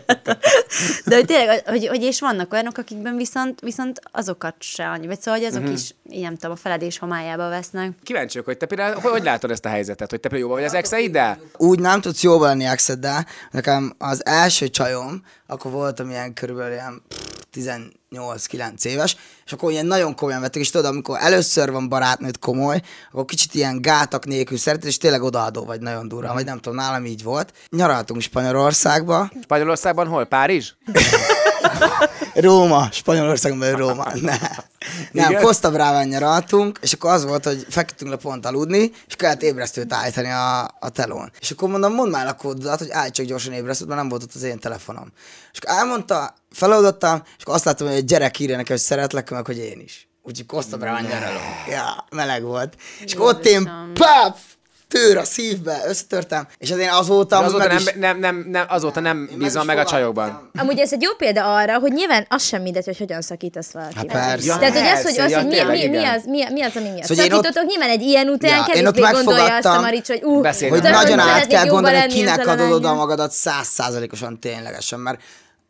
Speaker 4: De hogy tényleg, hogy, hogy és vannak olyanok, akikben viszont, viszont azokat se annyi. Vagy szóval, hogy
Speaker 3: Mhm.
Speaker 4: azok mm-hmm. is, így nem tudom, a feledés homályába vesznek.
Speaker 3: Kíváncsi vagyok, hogy te például, hogy, hogy látod ezt a helyzetet, hogy te például jóban vagy az exeiddel?
Speaker 7: Úgy nem tudsz jóban lenni exeddel. Nekem az első csajom, akkor voltam ilyen körülbelül ilyen pff, 18-9 éves, és akkor ilyen nagyon komolyan vettek, és tudod, amikor először van barátnőd komoly, akkor kicsit ilyen gátak nélkül szereted, és tényleg odaadó vagy nagyon durva, vagy nem tudom, nálam így volt. Nyaraltunk Spanyolországba,
Speaker 3: Spanyolországban hol? Párizs?
Speaker 7: Róma, Spanyolországon belül Róma. Ne. Nem,
Speaker 3: Igen?
Speaker 7: Costa Bráván nyaraltunk, és akkor az volt, hogy feküdtünk le pont aludni, és kellett ébresztőt állítani a, a telón. És akkor mondom, mondd már a kódodat, hogy állj csak gyorsan ébresztőt, mert nem volt ott az én telefonom. És akkor elmondta, feloldottam, és akkor azt láttam, hogy egy gyerek írja nekem, hogy szeretlek, meg hogy én is. Úgyhogy Costa Bráván nyaralunk. Ja, meleg volt. És akkor ott én, paf, tőr a szívbe, összetörtem, és az én azóta,
Speaker 3: De azóta
Speaker 7: meg
Speaker 3: nem,
Speaker 7: is-
Speaker 3: nem, nem, nem, azóta nem bízol
Speaker 7: is
Speaker 3: meg a
Speaker 7: fogadtam.
Speaker 3: csajokban.
Speaker 5: Amúgy ez egy jó példa arra, hogy nyilván az sem mindegy, hogy hogyan szakítasz
Speaker 7: Hát
Speaker 5: valakivel.
Speaker 7: persze.
Speaker 3: Ja,
Speaker 5: Tehát, hogy az, hogy,
Speaker 3: persze,
Speaker 5: az,
Speaker 3: ja,
Speaker 5: hogy mi,
Speaker 3: tényleg,
Speaker 5: mi, mi,
Speaker 3: igen.
Speaker 5: az, mi, mi az, ami miatt
Speaker 7: Szóval, hogy én ott-
Speaker 5: szakítotok, nyilván egy ilyen után
Speaker 7: Ja,
Speaker 5: ja,
Speaker 7: én
Speaker 5: kevésbé
Speaker 7: ott
Speaker 5: gondolja azt a
Speaker 7: megfogadtam,
Speaker 5: Marics, hogy ú,
Speaker 3: Beszélni.
Speaker 7: hogy
Speaker 3: Tudod,
Speaker 5: tudod,
Speaker 7: nagyon át
Speaker 5: szeretnék
Speaker 7: kell
Speaker 5: jóba
Speaker 7: gondolni, hogy
Speaker 5: lenni
Speaker 7: kinek
Speaker 5: ezzel a
Speaker 7: adod oda
Speaker 5: lányjal.
Speaker 7: magadat százszázalékosan ténylegesen, mert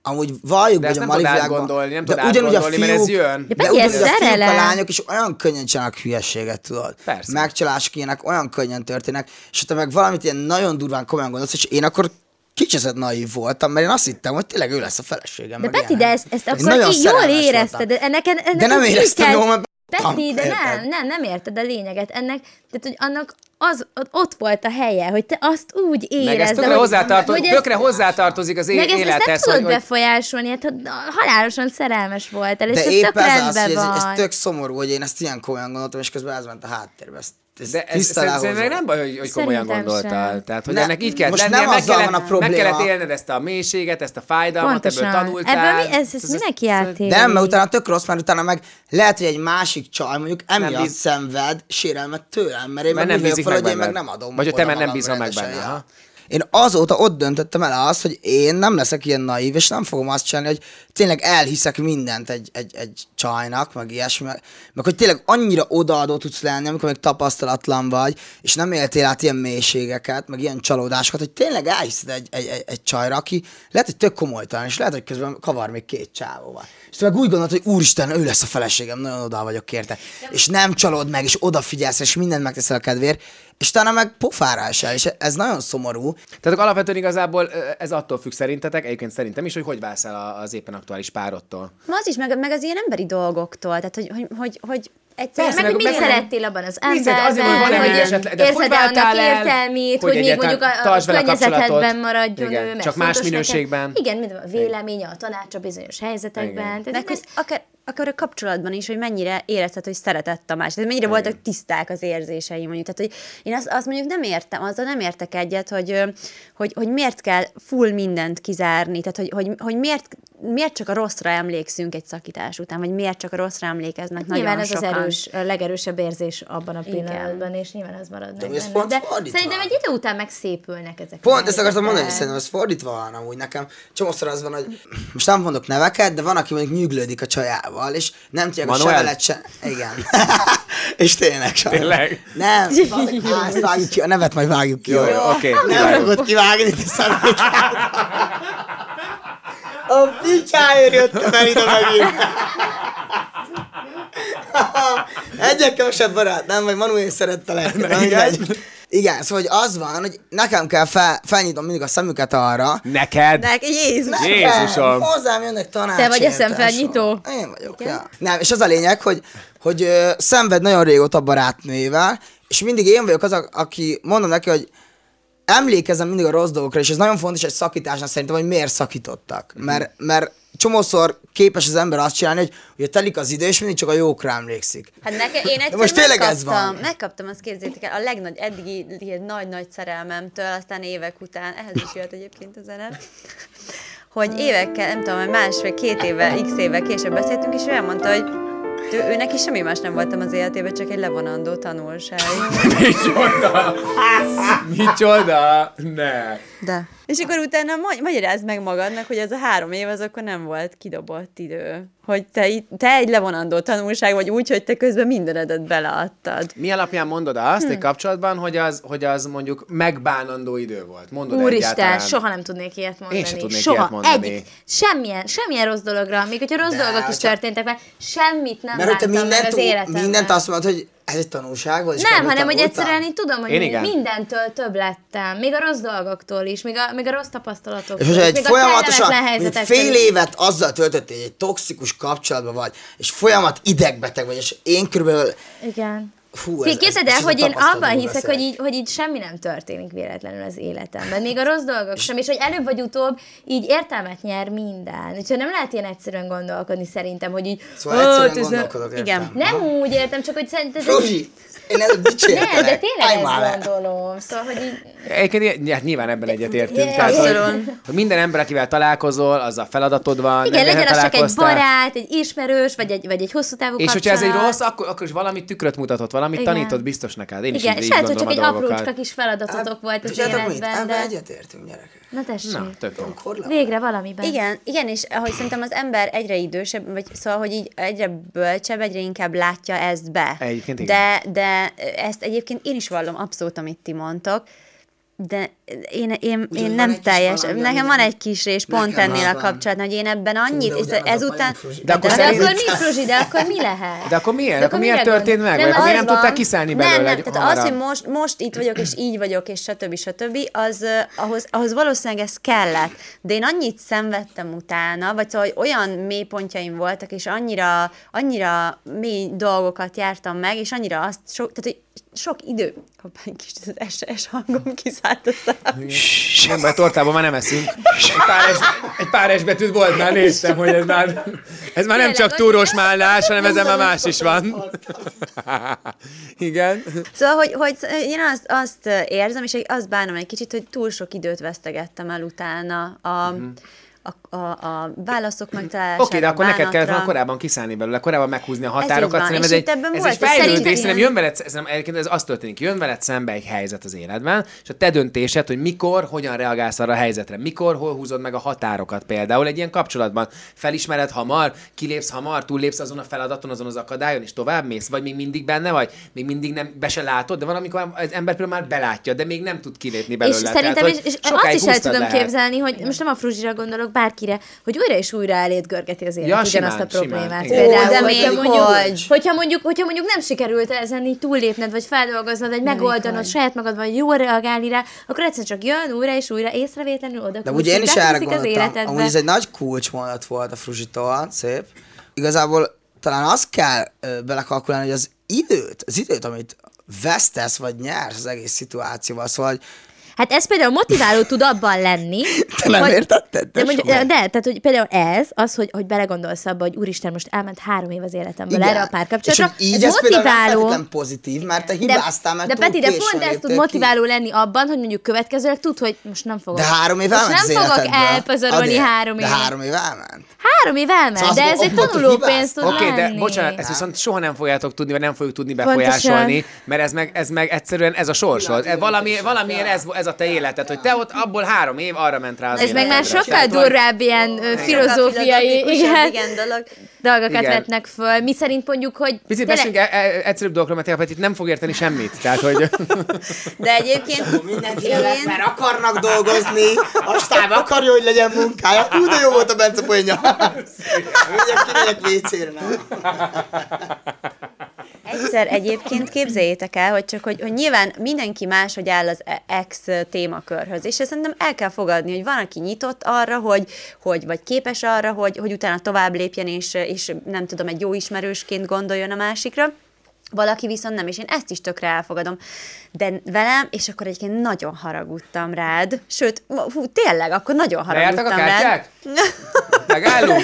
Speaker 7: amúgy valljuk,
Speaker 3: De
Speaker 7: hogy
Speaker 3: ezt
Speaker 7: a
Speaker 3: nem tudod
Speaker 7: mali
Speaker 3: átgondolni, nem tudod
Speaker 7: de ugyanúgy a
Speaker 3: átgondolni,
Speaker 7: fiúk,
Speaker 3: mert ez jön.
Speaker 5: De pedig ez
Speaker 7: ugyanúgy a, fiúk, a
Speaker 5: szerelem.
Speaker 7: lányok is olyan könnyen csinálnak hülyeséget, tudod.
Speaker 3: Persze.
Speaker 7: Megcsalások ilyenek, olyan könnyen történnek, és ha te meg valamit ilyen nagyon durván komolyan gondolsz, és én akkor kicsit naív voltam, mert én azt hittem, hogy tényleg ő lesz a feleségem.
Speaker 5: De
Speaker 7: meg
Speaker 5: Peti, de
Speaker 7: ilyenek.
Speaker 5: ezt, ezt
Speaker 7: Én
Speaker 5: akkor
Speaker 7: nagyon
Speaker 5: így jól
Speaker 7: szerelmes
Speaker 5: érezted,
Speaker 7: voltam.
Speaker 5: de ennek, ennek
Speaker 7: De nem
Speaker 5: így
Speaker 7: éreztem
Speaker 5: kell-
Speaker 7: jól, mert
Speaker 5: Peti, de
Speaker 7: érted?
Speaker 5: nem, nem, nem érted a lényeget. Ennek, tehát, hogy annak az, ott- ott volt a helye, hogy te azt úgy
Speaker 3: Meg ez
Speaker 5: érezd,
Speaker 3: tökre, hozzátartozik,
Speaker 5: hogy ez-
Speaker 3: tökre hozzátartozik az é-
Speaker 5: meg ezt, ezt nem
Speaker 3: élethez,
Speaker 5: tudod
Speaker 3: hogy, hogy
Speaker 5: befolyásolni, hát ha- halálosan szerelmes voltál, és
Speaker 7: De
Speaker 5: ez
Speaker 7: épp
Speaker 5: tök
Speaker 7: ez az,
Speaker 5: rendben
Speaker 7: hogy ez,
Speaker 5: van.
Speaker 7: ez tök szomorú, hogy én ezt ilyen komolyan gondoltam, és közben ez ment a háttérbe. Ezt, ezt
Speaker 3: De ez
Speaker 7: tiszta
Speaker 3: szerintem
Speaker 7: aláhúzom.
Speaker 3: meg nem baj, hogy, hogy komolyan
Speaker 5: Szerintem
Speaker 3: gondoltál.
Speaker 5: sem.
Speaker 3: Tehát, hogy
Speaker 7: Ne,
Speaker 3: ennek így kell
Speaker 7: most
Speaker 3: lennie,
Speaker 7: nem
Speaker 3: meg,
Speaker 7: azzal
Speaker 3: kellett,
Speaker 7: van a probléma.
Speaker 3: meg kellett élned ezt a mélységet, ezt a fájdalmat,
Speaker 5: Pontosan.
Speaker 3: ebből tanultál.
Speaker 5: Ebből mi, ez, ez mindenki átéli.
Speaker 7: De nem, mert utána tök rossz, mert utána meg lehet, hogy egy másik csaj mondjuk emiatt
Speaker 3: bíz-
Speaker 7: szenved sérelmet tőlem, mert
Speaker 3: Mert
Speaker 7: én meg
Speaker 3: nem
Speaker 7: úgy vagyok
Speaker 3: bízik
Speaker 7: fel,
Speaker 3: meg
Speaker 7: hogy én meg
Speaker 3: benned.
Speaker 7: nem adom.
Speaker 3: Vagy hogy te
Speaker 7: oda
Speaker 3: már nem
Speaker 7: magam
Speaker 3: bízol meg
Speaker 7: rendesen,
Speaker 3: benne,
Speaker 7: ja.
Speaker 3: aha.
Speaker 7: Én azóta ott döntöttem el azt, hogy én nem leszek ilyen naív, és nem fogom azt csinálni, hogy tényleg elhiszek mindent egy, egy, egy csajnak, meg ilyesmi, meg, meg hogy tényleg annyira odaadó tudsz lenni, amikor még tapasztalatlan vagy, és nem éltél át ilyen mélységeket, meg ilyen csalódásokat, hogy tényleg elhiszed egy, egy, egy, egy csajra, aki lehet, hogy tök komolytalan, és lehet, hogy közben kavar még két csávóval. És te meg úgy gondolod, hogy úristen, ő lesz a feleségem, nagyon oda vagyok érte. És nem csalod meg, és odafigyelsz, és mindent megteszel a kedvéért, és utána meg pofára esel, és ez nagyon szomorú.
Speaker 3: Tehát akkor alapvetően igazából ö, ez attól függ szerintetek, egyébként szerintem is, hogy hogy válsz el a- az éppen aktuális párodtól.
Speaker 4: Ma az is, meg, meg az ilyen emberi dolgoktól, tehát hogy, hogy, hogy, hogy egyszerűen...
Speaker 3: Persze,
Speaker 5: Meg hogy
Speaker 3: meg-
Speaker 5: mit
Speaker 3: meg-
Speaker 5: szerettél abban az
Speaker 3: Mit szeretnél?
Speaker 5: emberben,
Speaker 3: Azért, hogy van-e még
Speaker 5: hogy,
Speaker 3: esetleg- de hogy
Speaker 5: érzed el annak
Speaker 3: váltál el,
Speaker 5: értelmét,
Speaker 3: hogy
Speaker 5: hogy, még
Speaker 3: egyáltalán
Speaker 5: mondjuk a, a
Speaker 3: tartsd vele
Speaker 5: környezetedben
Speaker 3: kapcsolatot.
Speaker 5: maradjon
Speaker 3: Igen,
Speaker 5: ő, mert
Speaker 3: csak más
Speaker 5: fontos neked.
Speaker 3: minőségben.
Speaker 5: Igen, mind a véleménye, a tanácsa bizonyos helyzetekben.
Speaker 3: Igen.
Speaker 5: Tehát
Speaker 4: Meg,
Speaker 5: ez,
Speaker 4: hogy akár akár a kapcsolatban is, hogy mennyire érezted, hogy szeretett a másik. Tehát mennyire voltak tiszták az érzéseim, mondjuk. Tehát, hogy én azt, azt mondjuk nem értem, azzal nem értek egyet, hogy, ö, hogy, hogy miért kell full mindent kizárni, tehát, hogy, hogy, hogy miért, miért csak a rosszra emlékszünk egy szakítás után, vagy miért csak a rosszra emlékeznek nagyon
Speaker 5: Hát Nyilván ez
Speaker 4: sokan.
Speaker 5: az erős, a legerősebb érzés abban a pillanatban, és nyilván az marad meg
Speaker 7: ez
Speaker 5: benned.
Speaker 7: pont
Speaker 5: De
Speaker 7: fordítva.
Speaker 5: szerintem egy idő után megszépülnek ezek. a
Speaker 7: Pont ezt akartam
Speaker 5: helyzetek.
Speaker 7: mondani, hogy szerintem ez fordítva van amúgy nekem. Csomószor az van, hogy most nem mondok neveket, de van, aki mondjuk nyűglődik a csajával, és nem tudják a se
Speaker 3: Manuel?
Speaker 7: veled se... Igen. és tényleg sajnos.
Speaker 3: Tényleg?
Speaker 7: Nem. Á, ezt vágjuk ki, a nevet majd vágjuk ki.
Speaker 3: Jó,
Speaker 7: jó?
Speaker 3: jó, oké,
Speaker 7: Nem
Speaker 3: kivágjuk.
Speaker 7: fogod kivágni, te szarvék. A picsáért jöttem el ide megint. Egyre kevesebb barát, nem? Vagy Manu én szerette le. Na, mindegy. Igen, szóval hogy az van, hogy nekem kell fel, felnyitom mindig a szemüket arra.
Speaker 3: Neked?
Speaker 4: Nek, Jézus!
Speaker 7: Nekem,
Speaker 3: Jézusom!
Speaker 7: Hozzám jönnek tanács.
Speaker 5: Te vagy eszemfelnyitó?
Speaker 7: Én vagyok, ja. Nem, és az a lényeg, hogy, hogy ö, szenved nagyon régóta barátnőjével, és mindig én vagyok az, a, aki mondom neki, hogy emlékezem mindig a rossz dolgokra, és ez nagyon fontos egy szakításnál szerintem, hogy miért szakítottak. Mert, mert csomószor képes az ember azt csinálni, hogy ugye telik az idő, és mindig csak a jókra emlékszik.
Speaker 4: Hát nekem, én egyszer
Speaker 7: most tényleg ez
Speaker 4: megkaptam,
Speaker 7: van.
Speaker 4: megkaptam, azt képzétek el, a legnagy, eddigi ilyen nagy-nagy szerelmemtől, aztán évek után, ehhez is jött egyébként a zene, hogy évekkel, nem tudom, hogy másfél-két évvel, x évvel később beszéltünk, és ő elmondta, hogy ő, ő neki semmi más nem voltam az életében, csak egy levonandó tanulság.
Speaker 3: Micsoda? Micsoda? Ne.
Speaker 4: De. És akkor utána magy- magyarázd meg magadnak, hogy az a három év az akkor nem volt kidobott idő. Hogy te, itt- te egy levonandó tanulság vagy úgy, hogy te közben mindenedet beleadtad.
Speaker 3: Mi alapján mondod azt
Speaker 5: Hm.
Speaker 3: egy kapcsolatban, hogy az, hogy az mondjuk megbánandó idő volt? Mondod
Speaker 5: Úristen,
Speaker 3: egyáltalán?
Speaker 5: soha nem tudnék ilyet mondani.
Speaker 3: se tudnék
Speaker 5: soha.
Speaker 3: ilyet mondani.
Speaker 5: Egyik, semmilyen, semmilyen rossz dologra, még hogyha rossz
Speaker 7: De,
Speaker 5: dolgok is
Speaker 7: csak-
Speaker 5: történtek, mert semmit nem
Speaker 7: Mert hogy te
Speaker 5: láttam meg
Speaker 7: mindent,
Speaker 5: az
Speaker 7: ú-
Speaker 5: életemben.
Speaker 7: mindent azt mondod, hogy ez egy tanulság volt, és
Speaker 5: Nem,
Speaker 7: akkor
Speaker 5: hanem hogy
Speaker 7: tanultam.
Speaker 5: egyszerűen így tudom, hogy
Speaker 3: Én
Speaker 5: mi-
Speaker 3: igen.
Speaker 5: mindentől több lettem. Még a rossz dolgoktól is, még a, még a rossz tapasztalatoktól
Speaker 7: És
Speaker 5: is,
Speaker 7: hogyha egy
Speaker 5: még
Speaker 7: folyamatosan,
Speaker 5: a kellemetlen
Speaker 7: mint
Speaker 5: helyzetektől
Speaker 7: fél
Speaker 5: is.
Speaker 7: évet azzal töltöttél, hogy egy toxikus kapcsolatban vagy, és folyamat idegbeteg vagy, és én körülbelül...
Speaker 5: Igen.
Speaker 7: Hú,
Speaker 5: Fé, képzeld el,
Speaker 7: ez a
Speaker 5: hogy én abban
Speaker 7: tapasztalatból
Speaker 5: hiszek,
Speaker 7: beszélek.
Speaker 5: hogy így, hogy így semmi nem történik véletlenül az életemben. Még a rossz dolgok sem, és hogy előbb vagy utóbb így értelmet nyer minden. Úgyhogy nem lehet ilyen egyszerűen gondolkodni szerintem, hogy így...
Speaker 7: Szóval
Speaker 5: "Ö,
Speaker 7: egyszerűen
Speaker 5: hát ez ne-"
Speaker 7: gondolkodok értem.
Speaker 4: igen.
Speaker 5: Nem úgy értem, csak hogy szerintem... ez egy-
Speaker 7: Rózsi, én előbb dicsértelek.
Speaker 5: Nem, de tényleg
Speaker 7: Állj már
Speaker 5: ezt
Speaker 7: le.
Speaker 5: gondolom. Szóval, hogy így...
Speaker 3: Egyébként ilyen- hát nyilván ebben egyetértünk. Tehát, hogy, hogy minden ember, akivel találkozol, az a feladatod van.
Speaker 5: Igen,
Speaker 3: ezzel
Speaker 5: legyen az csak egy
Speaker 3: találkoztál.
Speaker 5: barát, egy ismerős, vagy egy, vagy egy hosszú távú
Speaker 3: És hogyha
Speaker 5: kapcsolat.
Speaker 3: ez egy rossz, akkor, akkor is valami tükröt mutatott, valamit
Speaker 5: Igen.
Speaker 3: tanított biztos neked. Én is
Speaker 5: Igen,
Speaker 3: így,
Speaker 5: és
Speaker 3: így
Speaker 5: lehet, hogy csak
Speaker 3: gondolom
Speaker 5: egy
Speaker 3: a dolgokat.
Speaker 5: aprócska kis feladatotok volt az
Speaker 7: Hát, Tudjátok mit?
Speaker 5: életben,
Speaker 7: Ebben
Speaker 5: de...
Speaker 7: egyetértünk, gyerekek.
Speaker 5: Na tessék.
Speaker 3: Na, tök jó.
Speaker 7: Korlát.
Speaker 5: Végre valamiben.
Speaker 4: Igen, igen, és ahogy szerintem az ember egyre idősebb, vagy szóval, hogy így egyre bölcsebb, egyre inkább látja ezt be.
Speaker 3: Egyébként igen.
Speaker 4: de, de ezt egyébként én is vallom abszolút, amit ti mondtok, de én, én, én
Speaker 7: van egy
Speaker 4: nem
Speaker 7: kis
Speaker 4: teljes,
Speaker 7: valami,
Speaker 4: nekem
Speaker 7: ami
Speaker 4: van
Speaker 7: nem-
Speaker 4: egy kis rés, pont
Speaker 7: Nekem
Speaker 4: ennél a
Speaker 7: az van.
Speaker 4: kapcsolatban, hogy én ebben annyit,
Speaker 7: de
Speaker 4: és
Speaker 7: ugyanaz a
Speaker 4: ezután...
Speaker 7: pajom, Fruzsi.
Speaker 3: De akkor
Speaker 5: De hát
Speaker 3: szerint-
Speaker 5: akkor mit, Fruzsi, de akkor mi lehet?
Speaker 3: De akkor miért?
Speaker 5: De
Speaker 3: De akkor miért
Speaker 5: mire
Speaker 3: történt
Speaker 5: gondol-
Speaker 3: meg? Vagy
Speaker 5: az
Speaker 3: azért nem
Speaker 5: van.
Speaker 3: tudták kiszállni
Speaker 4: Nem,
Speaker 3: belőle?
Speaker 4: nem,
Speaker 3: egy
Speaker 4: tehát az, hogy
Speaker 3: hamarabb?
Speaker 4: most, most itt vagyok, és így vagyok, és stb. stb., az, ö, ahhoz, ahhoz valószínűleg ez kellett. De én annyit szenvedtem utána, vagy szóval, hogy olyan mély pontjaim voltak, és annyira, annyira mély dolgokat jártam meg, és annyira azt, so, tehát, hogy sok idő. Hoppá, egy kis az SS hangom kiszállt a szám.
Speaker 3: Nem, mert tortában már nem eszünk. Egy pár, es, egy pár es betűt volt, már néztem, hogy ez már, ez már nem
Speaker 5: Tényleg,
Speaker 3: csak
Speaker 5: hogy-
Speaker 3: túrós mállás, hanem ezen már más is van. Igen.
Speaker 4: Szóval, hogy, hogy én azt, azt érzem, és azt bánom egy kicsit, hogy túl sok időt vesztegettem el utána a, a, a, a válaszok megtalálására.
Speaker 3: Mhm. Oké, de akkor neked kellett volna
Speaker 4: bánatra.
Speaker 3: korábban kiszállni belőle, korábban meghúzni a határokat.
Speaker 4: van,
Speaker 3: Szerintem
Speaker 4: és itt
Speaker 3: ez
Speaker 4: ebben
Speaker 3: egy, ez
Speaker 4: volt
Speaker 3: egy
Speaker 4: egy-
Speaker 3: fejlődés,
Speaker 4: szerintem-
Speaker 3: szerintem jön veled, szerintem egyébként ez az történik, jön veled szembe egy helyzet az életben, és a te döntésed, hogy mikor, hogyan reagálsz arra a helyzetre, mikor, hol húzod meg a határokat például egy ilyen kapcsolatban. Felismered hamar, kilépsz hamar, túllépsz azon a feladaton, azon az akadályon, és tovább mész, vagy még mindig benne vagy, még mindig nem, be se látod, de van, amikor az ember például már belátja, de még nem tud kilépni belőle.
Speaker 5: És szerintem,
Speaker 3: Tehát,
Speaker 5: és,
Speaker 3: hogy
Speaker 5: és azt
Speaker 3: sokáig
Speaker 5: is el
Speaker 3: húztad hát.
Speaker 5: tudom
Speaker 3: lehet.
Speaker 5: képzelni, hogy most nem a fruzsira gondolok, bárkire, hogy újra és újra elét görgeti az élet
Speaker 3: Ja,
Speaker 5: ugyanazt
Speaker 3: simán,
Speaker 5: a problémát.
Speaker 3: simán, igen.
Speaker 5: Például,
Speaker 4: Ó, de
Speaker 5: hogyha
Speaker 4: még
Speaker 5: mondjuk,
Speaker 4: hogy.
Speaker 5: Hogyha mondjuk, hogyha mondjuk nem sikerült ezen így túllépned, vagy feldolgoznod, vagy megoldanod saját magad, vagy jól reagálni rá, akkor egyszer csak jön újra és újra észrevétlenül oda
Speaker 7: De ugye én is erre gondoltam, amúgy
Speaker 5: életedbe.
Speaker 7: ez egy nagy kulcsmondat volt a Fruzsitól, szép. Igazából talán azt kell ö, belekalkulálni, hogy az időt, az időt, amit vesztesz vagy nyersz az egész szituációval, szóval hogy
Speaker 5: Hát ez például motiváló tud abban lenni.
Speaker 7: Te nem értetted?
Speaker 5: De,
Speaker 7: De
Speaker 5: mondjuk,
Speaker 7: soha.
Speaker 5: de, tehát hogy például ez, az, hogy, hogy belegondolsz abba, hogy úristen, most elment három év az életemből erre a párkapcsolatra,
Speaker 7: És hogy
Speaker 5: ez
Speaker 7: így ez például nem
Speaker 5: motiváló.
Speaker 7: feltétlen pozitív, mert te hibáztál, mert
Speaker 5: de
Speaker 7: túl
Speaker 5: Peti, de
Speaker 7: későn
Speaker 5: pont ez tud
Speaker 7: léptél ki.
Speaker 5: motiváló lenni abban, hogy mondjuk következőleg tud, hogy most nem fogok.
Speaker 7: De három év
Speaker 5: most
Speaker 7: elment az
Speaker 5: nem fogok
Speaker 7: életedből.
Speaker 5: elpazarolni
Speaker 7: Adél,
Speaker 5: három
Speaker 7: De
Speaker 5: évet.
Speaker 7: három év elment.
Speaker 5: Három év elment,
Speaker 7: Szóval
Speaker 5: de ez
Speaker 7: abból-
Speaker 5: egy
Speaker 7: abból tud
Speaker 5: tanulópénz tud
Speaker 7: hibáztatni.
Speaker 3: Oké, okay, de
Speaker 5: lenni.
Speaker 3: bocsánat, ezt viszont soha nem fogjátok tudni, vagy nem fogjuk tudni befolyásolni,
Speaker 5: Pontosan.
Speaker 3: mert ez meg, ez meg egyszerűen ez a sorsod. Ez valami, valamiért ez, ez a te életed, hogy te ott abból három év arra ment rá az
Speaker 5: Ez meg már
Speaker 3: életedre.
Speaker 5: sokkal durvább ilyen ö, filozófiai
Speaker 4: igen.
Speaker 5: igen,
Speaker 4: igen dolog.
Speaker 5: dolgokat
Speaker 3: Igen.
Speaker 5: vetnek föl. Mi szerint mondjuk, hogy
Speaker 3: Picit
Speaker 5: tényleg-
Speaker 3: beszéljünk e- e- egyszerűbb dolgokra, mert tényleg itt nem fog érteni semmit. Tehát, hogy
Speaker 4: De egyébként
Speaker 7: Mindenféle,
Speaker 4: én,
Speaker 7: mert akarnak dolgozni, a stáb akarja, hogy legyen munkája. Hú, de jó volt a Bence poénja. Megyek ki, megyek vécére. nem?
Speaker 4: egyszer egyébként képzeljétek el, hogy csak, hogy, hogy nyilván mindenki más, hogy áll az ex témakörhöz, és ezt szerintem el kell fogadni, hogy van, aki nyitott arra, hogy, hogy vagy képes arra, hogy, hogy utána tovább lépjen, és, és nem tudom, egy jó ismerősként gondoljon a másikra, valaki viszont nem, és én ezt is tökre elfogadom. De velem, és akkor egyébként nagyon haragudtam rád. Sőt, hú, tényleg, akkor nagyon
Speaker 3: lejártak
Speaker 4: haragudtam
Speaker 3: a
Speaker 4: rád.
Speaker 3: kártyák? Megállunk?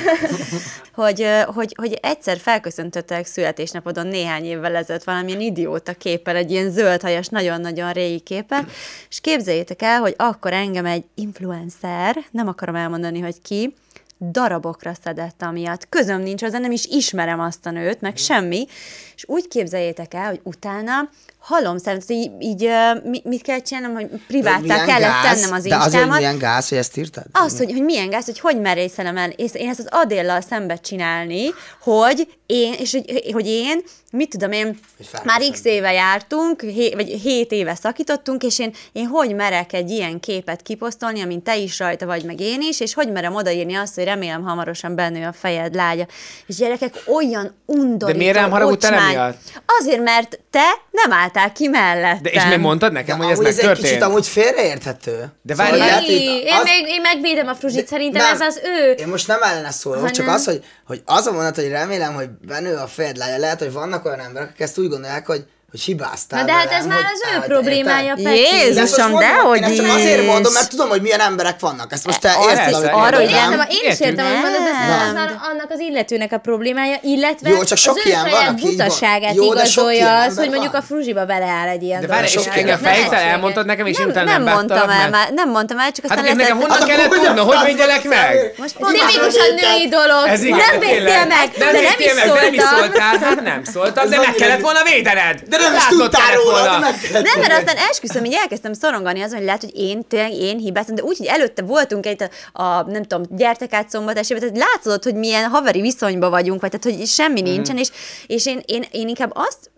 Speaker 4: hogy, ö, hogy, hogy egyszer felköszöntöttek születésnapodon néhány évvel ezelőtt valamilyen idióta képpel, egy ilyen zöldhajas, nagyon-nagyon régi képpel, és képzeljétek el, hogy akkor engem egy influencer, nem akarom elmondani, hogy ki, darabokra szedett amiatt. Közöm nincs hozzá, nem is ismerem azt a nőt, meg semmi. És úgy képzeljétek el, hogy utána halom szerint, így, így ö, mi- mit kell csinálnom, hogy privátá
Speaker 7: Milyen
Speaker 4: kellett
Speaker 7: gáz,
Speaker 4: tennem az
Speaker 7: De azért
Speaker 4: instámat.
Speaker 7: milyen gáz, hogy ezt írtad?
Speaker 4: Az, hogy, hogy milyen gáz, hogy hogy merészelem el, és én ezt az Adéllal szembe csinálni, hogy én, és hogy, hogy én, mit tudom én, már x éve jártunk, hé, vagy 7 éve szakítottunk, és én, én hogy merek egy ilyen képet kiposztolni, amint te is rajta vagy, meg én is, és hogy merem odaírni azt, hogy remélem hamarosan bennő a fejed lágya. És gyerekek, olyan undorító,
Speaker 3: De miért rám haragudtál
Speaker 4: ocsmány.
Speaker 3: emiatt?
Speaker 4: Azért, mert te nem álltál ki mellettem.
Speaker 3: De, és még mondtad nekem, hogy ez
Speaker 7: amúgy ez egy kicsit
Speaker 3: megtörtént?
Speaker 7: amúgy félreérthető.
Speaker 3: De
Speaker 7: Szóval
Speaker 3: várj,
Speaker 5: Jaj,
Speaker 7: lehet itt
Speaker 5: Én,
Speaker 7: az-
Speaker 5: még, én megvédem a fruzsit, szerintem
Speaker 7: nem.
Speaker 5: ez az ő.
Speaker 7: Én most nem ellene szólok, csak
Speaker 5: Hanem-
Speaker 7: az, hogy, hogy az a mondat, hogy remélem, hogy benő a fejed lája. Lehet, hogy vannak olyan emberek, akik ezt úgy gondolják, hogy, hogy hibáztál
Speaker 5: Na de hát
Speaker 7: velem,
Speaker 5: ez már
Speaker 7: hogy-
Speaker 5: az ő
Speaker 7: hogy-
Speaker 5: problémája,
Speaker 7: érted?
Speaker 5: Peti.
Speaker 7: De ezt most
Speaker 4: Jézusom,
Speaker 7: mondom,
Speaker 4: dehogy
Speaker 7: Én ezt csak azért
Speaker 4: is.
Speaker 7: mondom, mert tudom, hogy milyen emberek vannak. Ezt most te
Speaker 4: arra
Speaker 7: érted,
Speaker 3: is-
Speaker 7: amit
Speaker 3: arra
Speaker 7: mondok,
Speaker 3: is-
Speaker 5: Én értem,
Speaker 7: nem? Hát
Speaker 5: én is értem, amit mondasz, de szerintem az
Speaker 4: Nem.
Speaker 5: már annak az illetőnek a problémája, illetve
Speaker 7: Jó, csak sok
Speaker 5: az ő
Speaker 7: ilyen van,
Speaker 5: saját
Speaker 7: aki így van.
Speaker 5: butaságát
Speaker 7: Jó, de sok ilyen
Speaker 5: igazolja az,
Speaker 7: ember
Speaker 5: hogy mondjuk
Speaker 7: van.
Speaker 5: a fruzsiba beleáll egy ilyen
Speaker 3: De várj, és
Speaker 7: sok
Speaker 5: dolog.
Speaker 3: engem
Speaker 7: ilyen.
Speaker 3: fejtel
Speaker 5: Lehetséges.
Speaker 3: elmondtad nekem, és én
Speaker 4: Nem,
Speaker 3: utána
Speaker 4: nem
Speaker 3: nem
Speaker 4: mondtam
Speaker 3: báttalak
Speaker 4: el
Speaker 3: meg.
Speaker 4: már, nem mondtam el, csak
Speaker 3: Hát
Speaker 4: aztán
Speaker 3: nekem nekem honnan kellett
Speaker 7: akkor
Speaker 3: tudnom, hogy
Speaker 7: hogyan
Speaker 3: védjelek meg?
Speaker 4: Most pont
Speaker 5: Tipikus a női dolog.
Speaker 3: Ez igen,
Speaker 5: nem
Speaker 3: tényleg.
Speaker 5: védtél meg, de nem is
Speaker 3: védtél meg, de nem is
Speaker 5: szóltam.
Speaker 3: szóltál, hát nem szóltam, de meg
Speaker 7: annyira
Speaker 3: kellett
Speaker 7: jó.
Speaker 3: volna védened.
Speaker 7: De nem is
Speaker 3: Látnod
Speaker 7: tudtál
Speaker 3: kellett
Speaker 7: róla,
Speaker 3: volna.
Speaker 7: de meg kellett
Speaker 4: Nem, mert aztán esküszöm, így elkezdtem szorongani azon, hogy lehet, hogy én tényleg én hibáztam, de úgy, hogy előtte voltunk egy a, a nem tudom, gyertek át szombat esélyben, tehát látszódott, hogy milyen haveri viszonyban vagyunk, vagy tehát, hogy
Speaker 5: Mm.
Speaker 4: semmi nincsen, és, és én, én, én inkább azt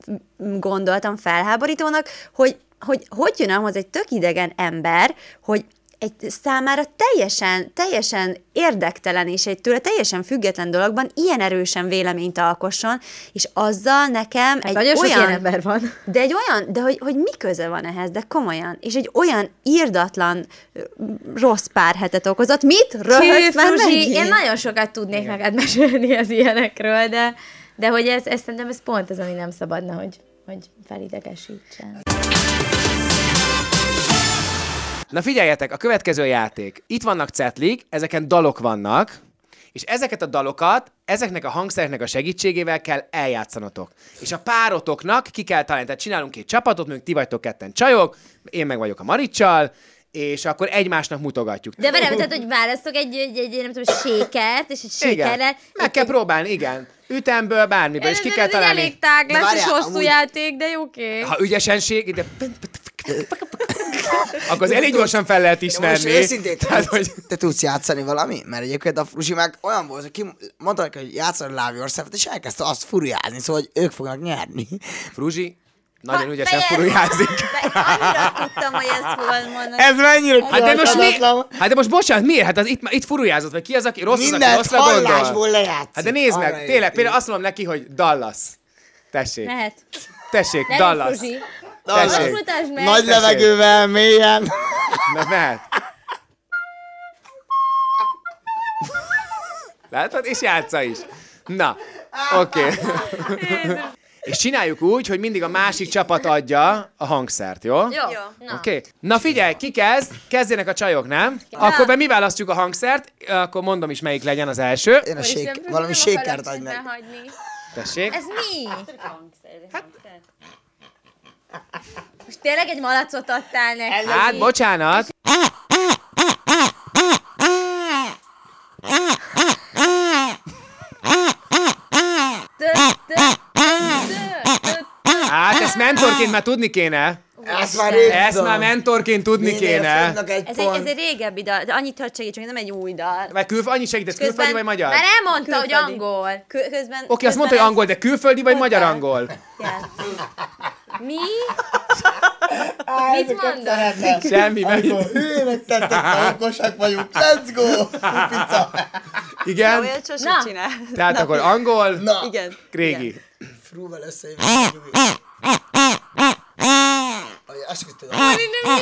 Speaker 4: gondoltam felháborítónak, hogy hogy, hogy jön ahhoz egy tök idegen ember, hogy egy számára teljesen, teljesen érdektelen és egy tőle teljesen független dologban ilyen erősen véleményt alkosson, és azzal nekem egy
Speaker 5: Hát nagyon sok
Speaker 4: olyan...
Speaker 5: ilyen ember van.
Speaker 4: De egy olyan, de hogy, hogy mi köze van ehhez, de komolyan. És egy olyan írdatlan ö, rossz pár hetet okozott. Mit?
Speaker 5: Hű,
Speaker 4: Röhögsz már
Speaker 5: Fruzsi,
Speaker 4: megint?
Speaker 5: én nagyon sokat tudnék neked mesélni az ilyenekről, de, de hogy ez, ez szerintem ez pont az, ami nem szabadna, hogy, hogy felidegesítsen.
Speaker 3: Na figyeljetek, a következő játék. Itt vannak cetlik, ezeken dalok vannak, és ezeket a dalokat, ezeknek a hangszereknek a segítségével kell eljátszanatok. És a párotoknak ki kell találni. Tehát csinálunk két csapatot, mondjuk ti vagytok ketten csajok, én meg vagyok a Maricsal, és akkor egymásnak mutogatjuk.
Speaker 5: De várjál, tehát, hogy választok egy, egy, egy nem tudom, sékert, és egy
Speaker 3: igen,
Speaker 5: sékerrel.
Speaker 3: meg kell próbálni, igen. Ütemből, bármiből, és ki kell találni.
Speaker 5: elég táglás
Speaker 7: De
Speaker 5: és
Speaker 7: várjál,
Speaker 5: hosszú
Speaker 7: amúgy-
Speaker 5: játék, de jó kék.
Speaker 3: Ha ügyesen ség, de... Akkor az elég gyorsan fel lehet
Speaker 7: De most
Speaker 3: ismerni.
Speaker 7: őszintén, te,
Speaker 3: Tehát,
Speaker 7: tudsz,
Speaker 3: hogy...
Speaker 7: te tudsz játszani valami? Mert egyébként a Fruzsi meg olyan volt, hogy ki mondta, neki, hogy játszol a Love Yourself-et, és elkezdte azt furiázni, szóval hogy ők fognak nyerni.
Speaker 3: Fruzsi, nagyon ügyesen furujázik.
Speaker 4: Annyira tudtam, hogy ezt fogod mondani.
Speaker 7: Ez mennyire
Speaker 3: Hát de, most mi, hát de most bocsánat, miért? Hát az itt, itt furujázott, vagy ki az, aki rossz az, aki
Speaker 7: Mindent
Speaker 3: rosszra gondol?
Speaker 7: hallásból lejátszik.
Speaker 3: Hát de nézd
Speaker 7: Arra
Speaker 3: meg,
Speaker 7: ér-
Speaker 3: tényleg, például azt mondom neki, hogy Dallas. Tessék,
Speaker 5: Lehet.
Speaker 3: tessék,
Speaker 5: Lehet,
Speaker 3: Dallas.
Speaker 5: Fruzsi. Azt
Speaker 3: Tessék,
Speaker 5: mutasd meg.
Speaker 7: Nagy levegővel, mélyen.
Speaker 3: na mehet. Látod? És játsza is. Na, oké. Okay. És csináljuk úgy, hogy mindig a másik csapat adja a hangszert, jó?
Speaker 8: Jó.
Speaker 4: Jó.
Speaker 8: Na.
Speaker 3: Oké. Okay. Na figyelj, ki kezd? Kezdjenek a csajok, nem? Akkor be mi választjuk a hangszert, akkor mondom is, melyik legyen az első.
Speaker 7: Én a
Speaker 8: Úristen,
Speaker 7: sék,
Speaker 8: próbálom
Speaker 7: valami
Speaker 8: a
Speaker 7: sékert adj
Speaker 8: felejtségbe
Speaker 7: meg.
Speaker 8: hagyni.
Speaker 3: Tessék.
Speaker 8: Ez mi?
Speaker 5: Most tényleg egy malacot adtál neki.
Speaker 3: Hát, bocsánat.
Speaker 5: Tö, tö, tö, tö.
Speaker 3: Hát, ezt mentorként már tudni kéne.
Speaker 7: Ezt már rég
Speaker 3: Ezt már mentorként tudni kéne.
Speaker 4: Ez egy, ez egy régebbi dal, de annyit hadd segítsünk, nem egy új dal.
Speaker 3: Vagy külf, annyi segítesz, külföldi vagy magyar?
Speaker 5: Már elmondta, hogy
Speaker 4: Külföldi.
Speaker 5: angol.
Speaker 4: Kö- közben...
Speaker 3: Oké, azt mondta, hogy angol, de külföldi vagy magyar angol?
Speaker 5: Mi?
Speaker 7: Mit
Speaker 5: mondod?
Speaker 3: Semmi, mert...
Speaker 7: Hűnek tettek, hangosak vagyunk. Let's go! Pica.
Speaker 3: Igen?
Speaker 4: Olyat sosem
Speaker 5: Na.
Speaker 4: csinál.
Speaker 3: Tehát akkor angol,
Speaker 7: Na,
Speaker 4: Igen.
Speaker 3: régi.
Speaker 7: frúval összejövünk. Azt hiszem, hogy tudom.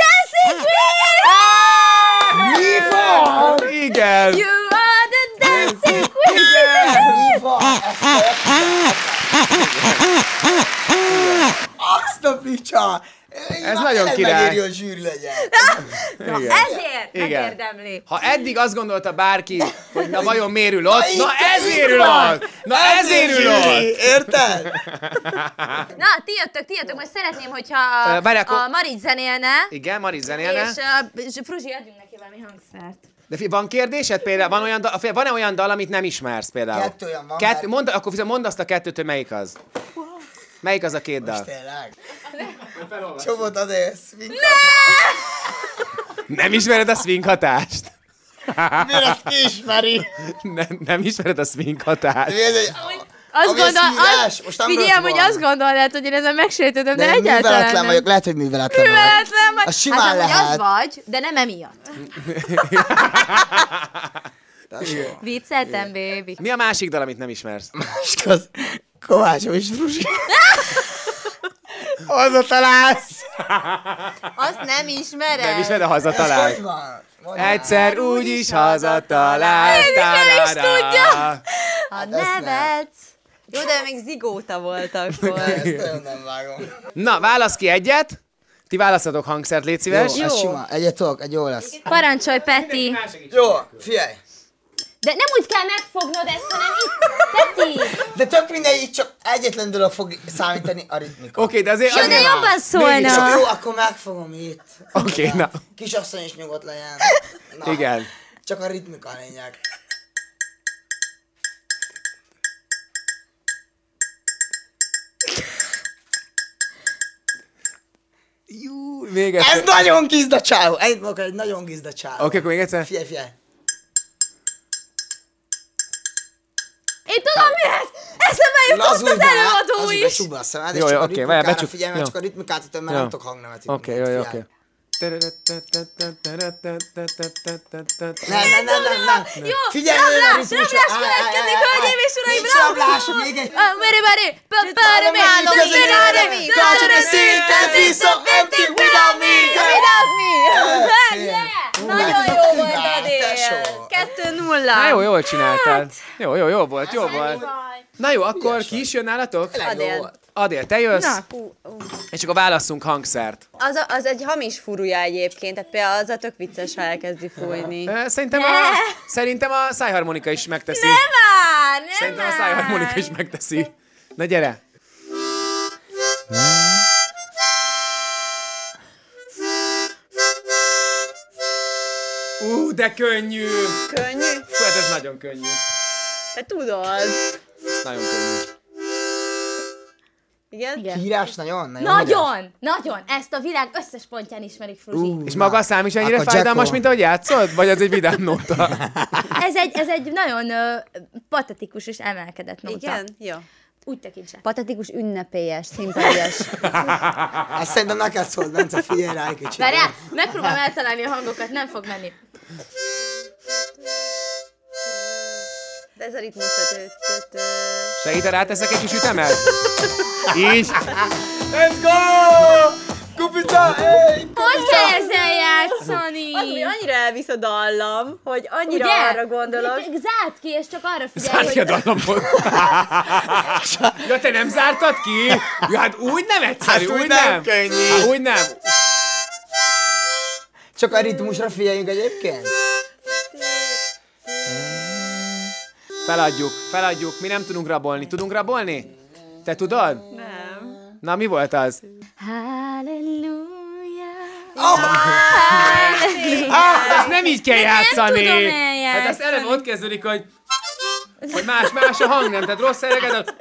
Speaker 5: Dancing Queen!
Speaker 3: Mi van? Igen.
Speaker 5: You are the dancing queen!
Speaker 7: Mi van? Azt a picsa! Ez
Speaker 3: nagyon király.
Speaker 7: Megéri, hogy zsűri legyen.
Speaker 3: Igen.
Speaker 5: Ezért
Speaker 3: Igen.
Speaker 5: megérdemli.
Speaker 3: Ha eddig azt gondolta bárki, hogy na vajon miért ül ott, na ezért ül
Speaker 7: van.
Speaker 3: ott! Na ezért ül ott!
Speaker 7: Zsűri, Érted?
Speaker 5: Na, ti jöttök, ti jöttök, majd szeretném, hogyha a,
Speaker 3: Ö, várj, akkor-
Speaker 5: a Marit zenélne,
Speaker 3: Igen, Mari zenélne.
Speaker 5: és a és Fruzsi, adjunk neki valami hangszert.
Speaker 3: De fi- van kérdésed például? Van olyan, dal, van olyan dal, amit nem ismersz például?
Speaker 7: Kettő olyan van,
Speaker 3: Kett,
Speaker 7: már-
Speaker 3: mondd, akkor viszont mondd azt a kettőt, hogy melyik az. Melyik az a két dal?
Speaker 7: Tényleg. Csomót adélsz.
Speaker 3: Nem ismered a swing hatást?
Speaker 7: Miért ezt ki ismeri?
Speaker 3: Nem, nem ismered a swing hatást.
Speaker 7: Mi ez egy...
Speaker 5: Azt
Speaker 7: Ami a
Speaker 5: gondol,
Speaker 7: szívás,
Speaker 5: az,
Speaker 7: most nem
Speaker 5: figyelj,
Speaker 7: rossz
Speaker 5: hogy
Speaker 7: van.
Speaker 5: azt gondolnád, hogy én ezen megsértődöm, de,
Speaker 7: Nem,
Speaker 5: egyáltalán
Speaker 7: műveletlen
Speaker 5: nem.
Speaker 7: vagyok, lehet, hogy műveletlen vagyok.
Speaker 5: Műveletlen vagy.
Speaker 7: Az simán
Speaker 5: hát, amúgy
Speaker 7: lehet.
Speaker 5: az vagy, de nem emiatt. Vicceltem, baby.
Speaker 3: Mi a másik dal, amit nem ismersz?
Speaker 7: És az Kovács és Fruzsi. Haza találsz.
Speaker 5: Azt nem ismered.
Speaker 3: Nem ismered a hazatalál?
Speaker 7: Hogy van? Mondjál.
Speaker 3: Egyszer úgy is hazatalálsz.
Speaker 5: Édike is
Speaker 3: Tarara.
Speaker 5: tudja.
Speaker 7: Hát ezt nem.
Speaker 5: Nevet.
Speaker 4: Jó, de még zigóta volt akkor.
Speaker 7: Ezt nagyon nem vágom.
Speaker 3: Na, válasz ki egyet. Ti választhatok hangszert, légy szíves.
Speaker 7: Jó, ez sima. Egyet tudok, egy jó lesz.
Speaker 5: Parancsolj, Peti.
Speaker 7: Jó, figyelj.
Speaker 8: De nem úgy kell megfognod ezt, hanem itt, Peti!
Speaker 7: De tök mindegy, itt csak egyetlen dolog fog számítani a ritmika.
Speaker 3: Oké, de azért...
Speaker 5: Jó, de
Speaker 3: azért-
Speaker 5: jobban
Speaker 7: És
Speaker 5: szólna.
Speaker 7: akkor jó, akkor megfogom itt.
Speaker 3: Oké, na.
Speaker 7: Kisasszony is nyugodt legyen. Na,
Speaker 3: Igen.
Speaker 7: Csak a ritmika a lényeg.
Speaker 3: Jú, még egyszer.
Speaker 7: Ez nagyon gizda csávó. Ennyit mondok, egy nagyon gizda csávó.
Speaker 3: Oké, okay, akkor még egyszer.
Speaker 7: Figyelj, figyelj.
Speaker 5: Én tudom, mi ez. Eszembe jutott
Speaker 7: Lazulj
Speaker 5: az
Speaker 7: be,
Speaker 5: előadó
Speaker 7: lazulj be,
Speaker 5: is.
Speaker 7: csukd be a szemed, és
Speaker 3: Jó,
Speaker 7: csak
Speaker 3: jó,
Speaker 7: a
Speaker 3: oké, várjál,
Speaker 7: ritmikára
Speaker 3: becsuk-
Speaker 7: figyelj, mert
Speaker 3: jó.
Speaker 7: csak a ritmikát ütöm, mert
Speaker 3: Jó.
Speaker 7: nem tudok hangnemet ütni.
Speaker 3: Oké, jó, jó,
Speaker 7: Figyelj.
Speaker 3: oké.
Speaker 7: Nem, nem, nem, nem, nem.
Speaker 5: Jó,
Speaker 7: Figyelj,
Speaker 5: rablás,
Speaker 7: ritmusra.
Speaker 5: rablás
Speaker 7: Állj,
Speaker 5: következik,
Speaker 7: állj, állj,
Speaker 5: hölgyeim és
Speaker 7: állj.
Speaker 5: uraim,
Speaker 7: Nincs rablás, még egy.
Speaker 5: Ah, mere, mere, pa, pa, re, me, do,
Speaker 7: Állom,
Speaker 5: re,
Speaker 7: igazán
Speaker 5: re, re,
Speaker 7: állom.
Speaker 5: do,
Speaker 7: Got to
Speaker 5: re,
Speaker 7: the
Speaker 5: re,
Speaker 7: sea,
Speaker 5: re,
Speaker 7: can't be
Speaker 5: re,
Speaker 7: so
Speaker 5: re,
Speaker 7: empty
Speaker 5: re,
Speaker 7: without
Speaker 5: re,
Speaker 7: me.
Speaker 5: re, Without me.
Speaker 7: Yeah.
Speaker 5: Nagyon
Speaker 7: Yeah.
Speaker 5: jó volt,
Speaker 7: Yeah,
Speaker 5: Adél.
Speaker 7: tesó.
Speaker 5: 2-0.
Speaker 3: Na jó, jól csináltál.
Speaker 7: Hát.
Speaker 3: Jó, jó, jó volt, jó volt. Na jó, akkor ki is jön nálatok?
Speaker 4: Adél.
Speaker 3: Adél, te jössz,
Speaker 5: Na.
Speaker 3: és akkor válasszunk hangszert.
Speaker 4: Az, a, az egy hamis furúja egyébként, tehát például az a tök vicces, ha elkezdi fújni.
Speaker 3: Ö, Szerintem a, szerintem a szájharmonika is megteszi.
Speaker 5: Nem már, nem
Speaker 3: Szerintem a
Speaker 5: már.
Speaker 3: szájharmonika is megteszi. Na gyere. Ú, de könnyű!
Speaker 4: Könnyű?
Speaker 3: Fú, hát ez nagyon könnyű.
Speaker 4: Te tudod.
Speaker 3: Ez nagyon könnyű.
Speaker 4: Igen? Igen.
Speaker 7: Hírás nagyon, nagyon. hírás.
Speaker 5: Nagyon, nagyon. Ezt a világ összes pontján ismerik, Fruzsi.
Speaker 3: És maga a szám is ennyire
Speaker 7: Akkor
Speaker 3: fájdalmas,
Speaker 7: Jacko.
Speaker 3: mint ahogy játszod? Vagy az egy vidám nóta?
Speaker 5: Ez egy, ez egy nagyon ö, patetikus és emelkedett nóta.
Speaker 4: Igen? Jó.
Speaker 5: Úgy tekintse.
Speaker 8: Patetikus ünnepélyes, szimpályos.
Speaker 7: Ezt szerintem neked szólt, Bence, figyelj rá egy kicsit.
Speaker 5: Várjál, megpróbálom eltalálni a hangokat, nem fog menni.
Speaker 4: De ez a ritmus. tö- tö- tö-
Speaker 3: Segíte, ráteszek egy kis ütemet? Így? Let's go!
Speaker 7: Kupi Kutyám! Ej,
Speaker 8: Hogy kell ezzel játszani?
Speaker 4: Az, ami annyira elvisz a dallam, hogy annyira
Speaker 8: Ugye?
Speaker 4: arra gondolok.
Speaker 8: Itt Zárd ki, és csak arra figyelj,
Speaker 3: Zárd ki a
Speaker 8: hogy...
Speaker 3: dallamot. ja, te nem zártad ki? Ja, hát úgy nem egyszerű,
Speaker 7: Hát úgy
Speaker 3: úgy
Speaker 7: nem
Speaker 3: nem.
Speaker 7: könnyű.
Speaker 3: Hát úgy nem.
Speaker 7: Csak a ritmusra figyeljünk egyébként.
Speaker 3: Feladjuk, feladjuk. Mi nem tudunk rabolni. Tudunk rabolni? Te tudod? Nem. Na, mi volt az?
Speaker 7: Oh!
Speaker 3: Ah, ezt nem így kell játszani.
Speaker 8: tudom
Speaker 3: Hát ezt eleve ott kezdődik, hogy, hogy más, más a hang nem, tehát rossz helyeket.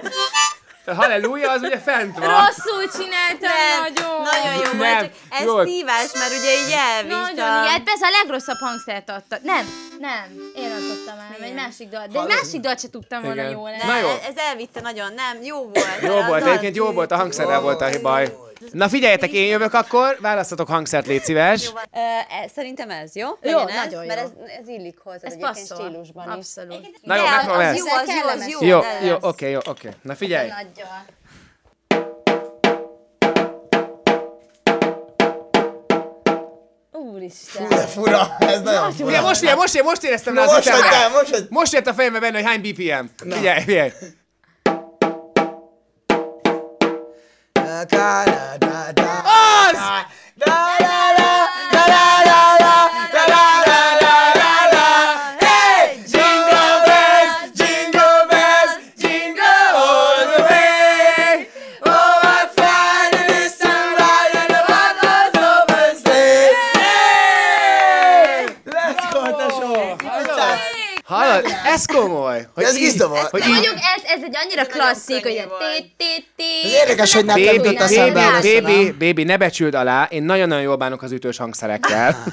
Speaker 3: A halleluja az ugye fent van.
Speaker 8: Rosszul csináltam nagyon.
Speaker 4: Nagyon jó volt,
Speaker 3: Nem,
Speaker 4: csak ez
Speaker 3: jól.
Speaker 4: szívás, mert ugye így elvisz
Speaker 8: Nagyon,
Speaker 4: a...
Speaker 8: igen, persze a legrosszabb hangszert adta. Nem, nem, én adottam el, egy másik dal. De egy másik dal se tudtam volna
Speaker 3: Igen.
Speaker 8: jól
Speaker 3: Na jó.
Speaker 4: e- Ez elvitte nagyon, nem, jó volt.
Speaker 3: Jó
Speaker 4: a
Speaker 3: volt,
Speaker 4: dal
Speaker 3: egyébként jó
Speaker 4: tű-
Speaker 3: volt, a hangszerrel volt a baj. Na figyeljetek, én jövök akkor, választatok hangszert, légy szíves.
Speaker 4: Ö, e, Szerintem ez jó?
Speaker 5: Jó,
Speaker 4: Legyen ez,
Speaker 5: nagyon jó.
Speaker 4: mert ez, ez illik hozzá
Speaker 5: Ez
Speaker 4: egyébként
Speaker 5: passzol.
Speaker 4: stílusban is.
Speaker 5: Abszolút.
Speaker 3: Na jó,
Speaker 4: De
Speaker 3: megpróbálom
Speaker 4: az
Speaker 3: ezt.
Speaker 4: jó, az jó, az jó.
Speaker 3: Jó,
Speaker 4: de
Speaker 3: jó,
Speaker 4: lesz.
Speaker 3: oké, jó, oké. Na figyelj.
Speaker 8: Nagyjal.
Speaker 5: Úristen.
Speaker 7: De fura, ez nagyon fura.
Speaker 3: Ugye most, ugye, most, ugye, most éreztem rá az
Speaker 7: Most
Speaker 3: ütemre.
Speaker 7: hagytál, most hagytál.
Speaker 3: Most jött a fejembe benne, hogy hány BPM. Figyelj, figyelj. Az! Jingle bells, jingle bells, jingle all the way. Oh, what fun it is to ride in a one-horse open sleigh. Hallod? Ez komoly. Hogy
Speaker 7: Ez
Speaker 3: így-
Speaker 7: izdomos.
Speaker 3: Hogy így-
Speaker 8: Mondjuk ez, ez egy annyira klasszik, hogy a tét, tét,
Speaker 7: Ez
Speaker 8: tét.
Speaker 7: érdekes, hogy nekem
Speaker 3: Bébi,
Speaker 7: jut eszembe
Speaker 3: bébi,
Speaker 7: először,
Speaker 3: bébi,
Speaker 7: nem?
Speaker 3: bébi, ne becsüld alá, én nagyon-nagyon jól bánok az ütős hangszerekkel.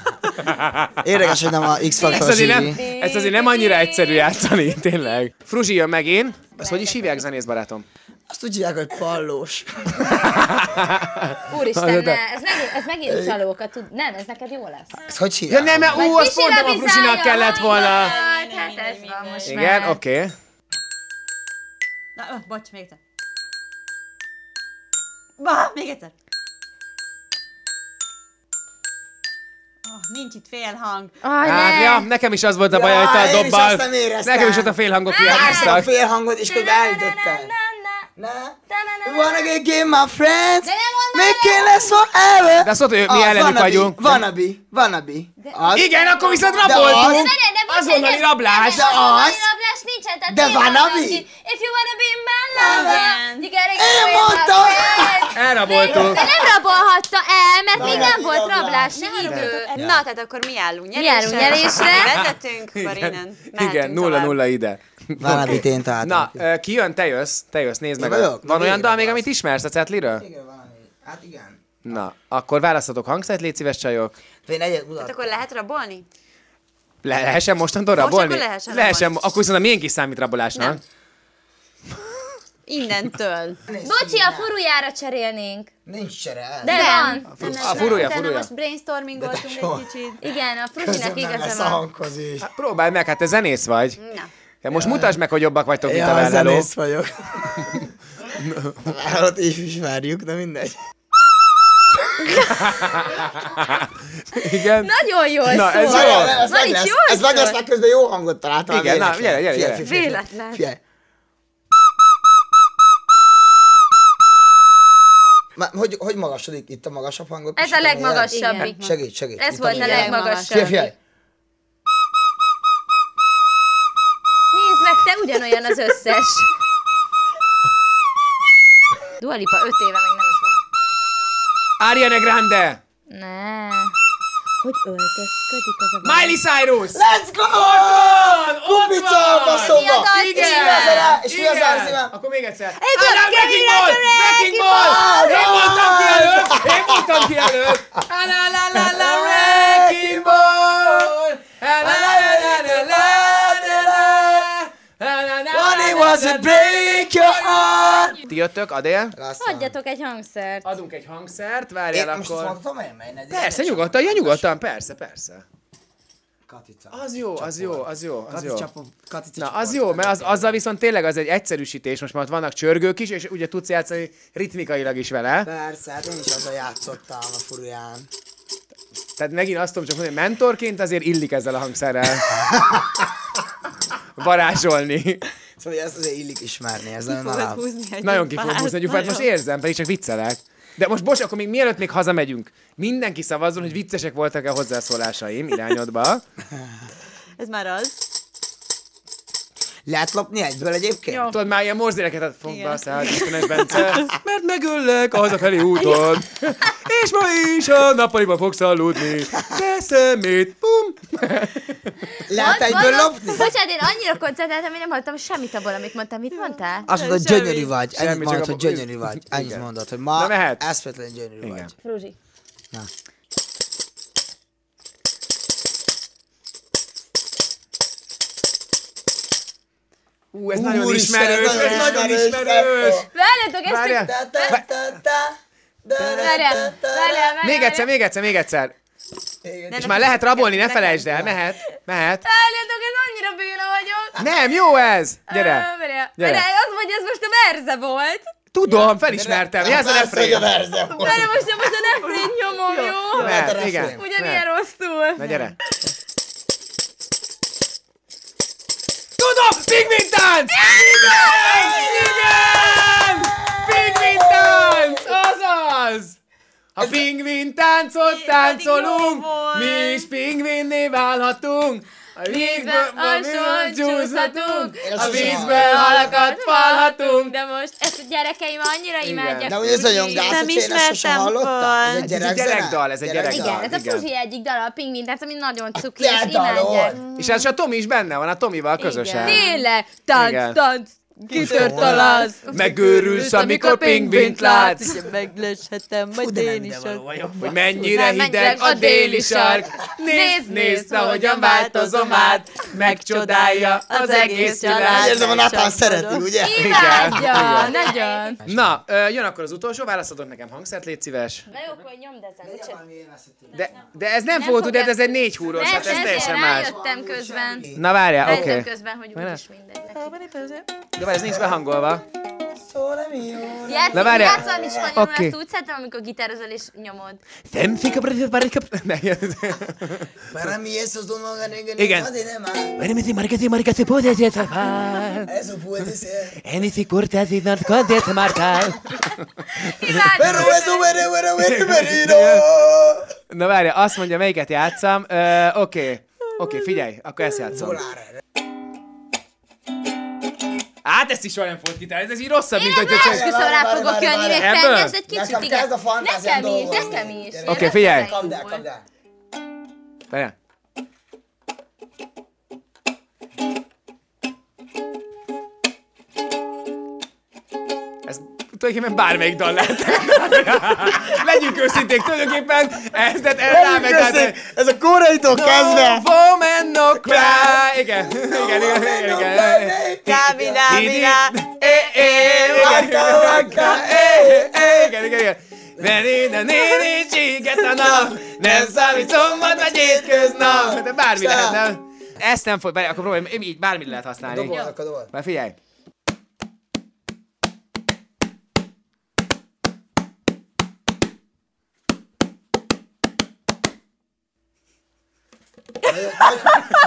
Speaker 7: Érdekes, hogy nem a
Speaker 3: Ezt
Speaker 7: X-Factor
Speaker 3: azért, nem,
Speaker 7: Zsigi.
Speaker 3: ezt azért nem annyira egyszerű játszani, tényleg. Fruzsi jön meg én. Ezt hogy is hívják zenész barátom?
Speaker 7: Azt úgy hívják, hogy pallós.
Speaker 8: Úristen, ne, ez, meg, ez megint csalóka tud. Nem, ez neked jó lesz.
Speaker 7: Ezt hogy
Speaker 3: Ja
Speaker 7: hívják?
Speaker 3: nem, mert ú, azt mondtam, a
Speaker 8: Kisilabizálja
Speaker 3: Fruzsinak kellett volna.
Speaker 8: hangodat, Hát ez van most
Speaker 3: Igen,
Speaker 8: már.
Speaker 3: oké. Okay.
Speaker 9: Na, ö, bocs, még egyszer. Bah, még egyszer.
Speaker 4: Ah,
Speaker 9: Oh, nincs itt félhang.
Speaker 8: Aj,
Speaker 3: Hát,
Speaker 8: ne.
Speaker 3: ja, nekem is az volt a baj,
Speaker 7: Ja,
Speaker 3: hogy te
Speaker 7: én
Speaker 3: a
Speaker 7: is
Speaker 3: dobbal.
Speaker 7: azt nem éreztem.
Speaker 3: Nekem is ott a félhangok
Speaker 7: Vártam a
Speaker 3: hiányoztak.
Speaker 7: félhangot, és közben állítottál. Na? Wanna get again, my friends? Make it last forever.
Speaker 3: De azt mondta, hogy mi
Speaker 7: Ah,
Speaker 3: ellenük
Speaker 7: wannabe,
Speaker 3: vagyunk.
Speaker 7: Wannabe, wannabe. Az?
Speaker 3: Igen, akkor viszont
Speaker 7: De
Speaker 3: raboltunk.
Speaker 7: az-
Speaker 3: Azonnali rablás.
Speaker 7: De az?
Speaker 8: rablás nincsen, tehát
Speaker 7: De
Speaker 8: nyilván
Speaker 7: wannabe?
Speaker 8: valaki, If you wanna be my lover, you gotta get
Speaker 7: Én
Speaker 8: away
Speaker 7: mondtam!
Speaker 8: my friend.
Speaker 3: Elraboltunk.
Speaker 8: De nem rabolhatta el, mert még nem
Speaker 7: Wannabe
Speaker 8: volt
Speaker 7: rablás.
Speaker 8: rablási idő.
Speaker 4: Ö, Na, tehát akkor mi állunk nyerésre?
Speaker 8: állunk nyerésre.
Speaker 4: Mi vezetünk, akkor innen
Speaker 3: Igen, nulla-nulla ide.
Speaker 7: Wannabe-t én
Speaker 3: Na,
Speaker 7: találtam. ki.
Speaker 3: ö, ki jön, te jössz, te jössz, nézd
Speaker 7: Én
Speaker 3: meg.
Speaker 7: vagyok? Na,
Speaker 3: Van olyan
Speaker 7: végre
Speaker 3: dal még,
Speaker 7: válasz.
Speaker 3: amit ismersz a cetliről?
Speaker 7: Igen, valami. Hát igen.
Speaker 3: Na, akkor választatok hangszert, légy szíves csajok.
Speaker 7: Én egyet
Speaker 4: Hát
Speaker 7: mutatok.
Speaker 4: akkor lehet rabolni?
Speaker 3: Le- lehessen mostantól
Speaker 4: Most
Speaker 3: rabolni?
Speaker 4: akkor lehessen
Speaker 3: lehessen mo- akkor viszont a miénk is számít rabolásnak.
Speaker 4: Nem. Innentől.
Speaker 8: Bocsi, a furujára cserélnénk.
Speaker 7: Hát Nincs csere. el.
Speaker 8: De van.
Speaker 3: A furulja,
Speaker 4: Utána
Speaker 3: furulja.
Speaker 4: most brainstormingoltunk egy kicsit.
Speaker 8: Igen, a
Speaker 7: Közben
Speaker 8: Fruzsinak
Speaker 7: nem lesz
Speaker 8: igaza
Speaker 7: a
Speaker 8: van.
Speaker 7: hangkozés.
Speaker 3: Próbáld meg, hát te zenész vagy.
Speaker 4: Na.
Speaker 3: Ja, most mutasd meg, hogy jobbak vagytok, mint a
Speaker 7: Ja,
Speaker 3: vállaló.
Speaker 7: zenész vagyok. Vállalat is ismerjük, de mindegy.
Speaker 3: Igen.
Speaker 5: Nagyon jól
Speaker 3: Na,
Speaker 5: szól.
Speaker 3: ez jó.
Speaker 5: Van
Speaker 7: ez nagy
Speaker 5: itt
Speaker 7: lesz.
Speaker 5: jó
Speaker 7: Ez nagy
Speaker 5: szó.
Speaker 7: lesz, mert közben jó hangot találtam.
Speaker 3: Igen, na, gyere, gyere, gyere.
Speaker 4: Véletlen.
Speaker 7: Figyelj. Má- Hogy, hogy magasodik itt a magasabb hangok?
Speaker 8: Ez
Speaker 7: és
Speaker 8: a
Speaker 7: itt mélyebb?
Speaker 8: legmagasabbik.
Speaker 7: Hát Segíts, segíts.
Speaker 8: Ez
Speaker 7: Itt
Speaker 8: volt a
Speaker 7: mélyebb.
Speaker 8: legmagasabb.
Speaker 7: Figyelj, figyelj.
Speaker 5: Nézd meg, te ugyanolyan az összes.
Speaker 8: Dualipa 5 éve még nem is van.
Speaker 3: Ariana Grande!
Speaker 8: Ne.
Speaker 5: Hogy öltözködik az a
Speaker 3: Miley Cyrus!
Speaker 7: Let's go! Kubica, faszomba!
Speaker 8: Igen!
Speaker 7: És mi az alá? És mi az
Speaker 3: Igen.
Speaker 7: alá?
Speaker 3: Akkor még egyszer. I love Wrecking Ball! Wrecking Ball!
Speaker 7: Ball!
Speaker 3: Én mondtam ki előtt! Én mondtam ki előtt! La la la la la Wrecking Ball! La la la la la la la la la la
Speaker 7: Money was a break your heart!
Speaker 3: Ti jöttök, Adél?
Speaker 5: Adjatok egy hangszert.
Speaker 3: Adunk egy hangszert, várjál
Speaker 7: Én most
Speaker 3: akkor.
Speaker 7: mondhatom én, mert én egy-
Speaker 3: Persze, nyugodtan, ja nyugodtan, persze, persze.
Speaker 7: Katica.
Speaker 3: Az jó, az jó, az jó, az jó.
Speaker 7: Katica csapor. Katica
Speaker 3: Na,
Speaker 7: csoport.
Speaker 3: az jó, mert az, azzal viszont tényleg az egy egyszerűsítés, most már ott vannak csörgők is, és ugye tudsz játszani ritmikailag is vele.
Speaker 7: Persze, hát én is azzal játszottam a furuján.
Speaker 3: Tehát megint azt tudom csak mondani, hogy mentorként azért illik ezzel a hangszerrel. varázsolni.
Speaker 7: Szóval ezt azért illik ismerni, ez nagyon
Speaker 4: Fogod
Speaker 7: alap.
Speaker 4: húzni egy
Speaker 3: Nagyon ki fogom húzni a gyufát, most érzem, pedig csak viccelek. De most bocs, akkor még mielőtt még hazamegyünk, mindenki szavazzon, hogy viccesek voltak-e hozzászólásaim irányodba.
Speaker 4: Ez már az.
Speaker 7: Lehet lopni egyből egyébként? Jó.
Speaker 3: Tudod, már ilyen morzéleket ad fogd be
Speaker 4: Igen.
Speaker 3: a szád, Istenes Bence, mert megöllek a hazafelé úton. És ma is a nappaliban fogsz aludni. De szemét, bum!
Speaker 7: Lehet
Speaker 5: Volt-
Speaker 7: Hát egyből
Speaker 5: volt-
Speaker 7: lopni?
Speaker 5: Bocsánat, én annyira koncentráltam, hogy nem hallottam semmit abból, amit mondtam. Mit mondtál?
Speaker 7: Azt mondod, hogy
Speaker 4: Semmi.
Speaker 7: gyönyörű vagy. Ennyit
Speaker 3: Semmi,
Speaker 7: mondod,
Speaker 3: csak
Speaker 7: hogy
Speaker 3: a-
Speaker 7: gyönyörű vagy. Ennyit
Speaker 3: Igen.
Speaker 7: mondod, hogy ma
Speaker 3: Na, mehet.
Speaker 7: eszvetlen gyönyörű vagy.
Speaker 5: Fruzsi.
Speaker 3: Ú, ez
Speaker 7: Úristen,
Speaker 3: nagyon ismerős,
Speaker 7: nagyon
Speaker 3: ez nagyon
Speaker 7: ismerős.
Speaker 3: ismerős.
Speaker 5: Várjatok, ezt
Speaker 3: Várjál.
Speaker 5: csak... Várjál, várjál, várjál,
Speaker 3: Még egyszer,
Speaker 5: várjál.
Speaker 3: még egyszer, még egyszer.
Speaker 7: Igen.
Speaker 3: És már lehet rabolni, ne felejtsd el, mehet, mehet.
Speaker 5: Várjatok, ez annyira béna vagyok.
Speaker 3: Nem, jó ez!
Speaker 5: Ö,
Speaker 3: Gyere!
Speaker 5: Várjál,
Speaker 3: Gyere.
Speaker 5: várjál, az vagy, ez most a verze volt.
Speaker 3: Tudom, felismertem,
Speaker 7: Nem,
Speaker 3: ez a
Speaker 7: persze, hogy
Speaker 3: refrén.
Speaker 7: a verze volt.
Speaker 5: Várjál, most, most a refrén nyomom, jó?
Speaker 7: Lehet a
Speaker 3: Mehet, igen.
Speaker 7: refrén.
Speaker 5: Ugyanilyen
Speaker 3: mehet.
Speaker 5: rosszul.
Speaker 3: Na gyere! Tudom! Pigmin tánc! Igen! Igen! Pigmin tánc! Azaz! Ha pingvin táncot táncolunk, mi is pingvinné válhatunk. A vízbe
Speaker 5: Vízben
Speaker 3: alsóan
Speaker 5: alsóan
Speaker 3: csúszhatunk,
Speaker 5: csúszhatunk,
Speaker 3: a vízbe
Speaker 5: Hát
Speaker 3: halakat falhatunk.
Speaker 5: De most ezt a gyerekeim annyira imádják.
Speaker 7: De hogy ez nagyon
Speaker 5: Fruzsi.
Speaker 7: gáz,
Speaker 4: Nem
Speaker 7: hogy én ezt sosem
Speaker 4: ismertem
Speaker 7: hallottam. Ez
Speaker 4: föl.
Speaker 7: egy
Speaker 4: Ez
Speaker 7: gyerekdal.
Speaker 3: gyerekdal, ez egy gyerekdal.
Speaker 5: Igen, ez a
Speaker 3: Igen.
Speaker 5: Fruzsi egyik dala, a pingvin, tehát ami nagyon cuki,
Speaker 7: te
Speaker 5: és
Speaker 7: dalod.
Speaker 5: imádják.
Speaker 3: És ez a Tomi is benne van, a Tomival közösen.
Speaker 5: Tényleg,
Speaker 3: Igen.
Speaker 5: tánc, tánc, kitört a láz.
Speaker 3: Megőrülsz, amikor pingvint látsz.
Speaker 4: Ugye megleshetem, majd
Speaker 7: de nem
Speaker 4: én is.
Speaker 7: ide való vagyok.
Speaker 3: Hogy mennyire
Speaker 5: Nem,
Speaker 3: hideg
Speaker 5: mennyire
Speaker 3: a déli sark. Nézd, nézd,
Speaker 5: Nézd, nézd,
Speaker 3: ahogyan változom át. Megcsodálja az egész
Speaker 7: Úgy
Speaker 3: család.
Speaker 7: Érzem, a Natán szereti, ugye?
Speaker 5: Imádja, nagyon.
Speaker 3: Na, ö, jön akkor az utolsó, választhatok nekem hangszert, légy szíves.
Speaker 5: Na jó, akkor nyomd ezen.
Speaker 3: De, de ez nem, fogod tudni, hát ez egy négy húros, hát
Speaker 5: Ez,
Speaker 3: ez
Speaker 5: ezért
Speaker 3: teljesen más.
Speaker 5: rájöttem közben.
Speaker 3: Na várjál, oké.
Speaker 5: Rájöttem közben, hogy úgyis mindegy.
Speaker 3: De várj, ez nincs behangolva.
Speaker 5: Játsz,
Speaker 3: Na, várjál.
Speaker 5: játsz valamit spanyolul,
Speaker 3: Oké.
Speaker 5: okay. azt úgy szeretem, amikor gitározol és nyomod.
Speaker 3: Nem fika, brr, brr, brr, nem jön.
Speaker 7: Para mí eso es un hogar en el
Speaker 3: Igen.
Speaker 7: no tiene más.
Speaker 3: Várj, marikati, marikati, podját,
Speaker 7: Eso puede ser.
Speaker 3: Anything kurtát, így nem kandét, mártál.
Speaker 5: Imádom,
Speaker 7: Pero eso, pero, pero, pero, pero,
Speaker 3: Na várja, azt mondja, melyiket játszam. Ö, Oké, oké, figyelj, akkor ezt játszom. Hát ezt is olyan fogod kitálni, ez így rosszabb, mint
Speaker 5: Én
Speaker 3: hogy
Speaker 5: ebben
Speaker 3: te csak...
Speaker 5: esküszöm, rá
Speaker 7: Várj,
Speaker 5: fogok
Speaker 7: várj,
Speaker 5: jönni
Speaker 7: várj,
Speaker 5: nektek,
Speaker 3: ebből?
Speaker 5: de ez egy kicsit
Speaker 7: Nekem kezd
Speaker 5: igen.
Speaker 7: a fantáziám
Speaker 5: Nekem is,
Speaker 7: dolgozni.
Speaker 5: nekem is. Én
Speaker 3: Oké,
Speaker 5: rossz
Speaker 3: figyelj.
Speaker 5: irányból.
Speaker 7: Kapd el, kapd el.
Speaker 3: Várjál. Ez tulajdonképpen bármelyik dal lehet. Legyünk őszinték, tulajdonképpen ez, de ez rámegy. tehát-
Speaker 7: Ez a kóraitól kezdve.
Speaker 3: No woman, no cry. Igen, igen, igen, igen, igen.
Speaker 4: Dávidá,
Speaker 3: Didi-
Speaker 4: Dávidá.
Speaker 3: É, é, igen, é, é, igen, igen, igen. Verén a néni csíket a nap, nem számít szombat vagy hétköznap. De bármi lehet, nem? Ezt nem fog, várj, akkor próbálj, én így bármit lehet használni.
Speaker 7: Dobolnak a dobolt.
Speaker 3: Már figyelj.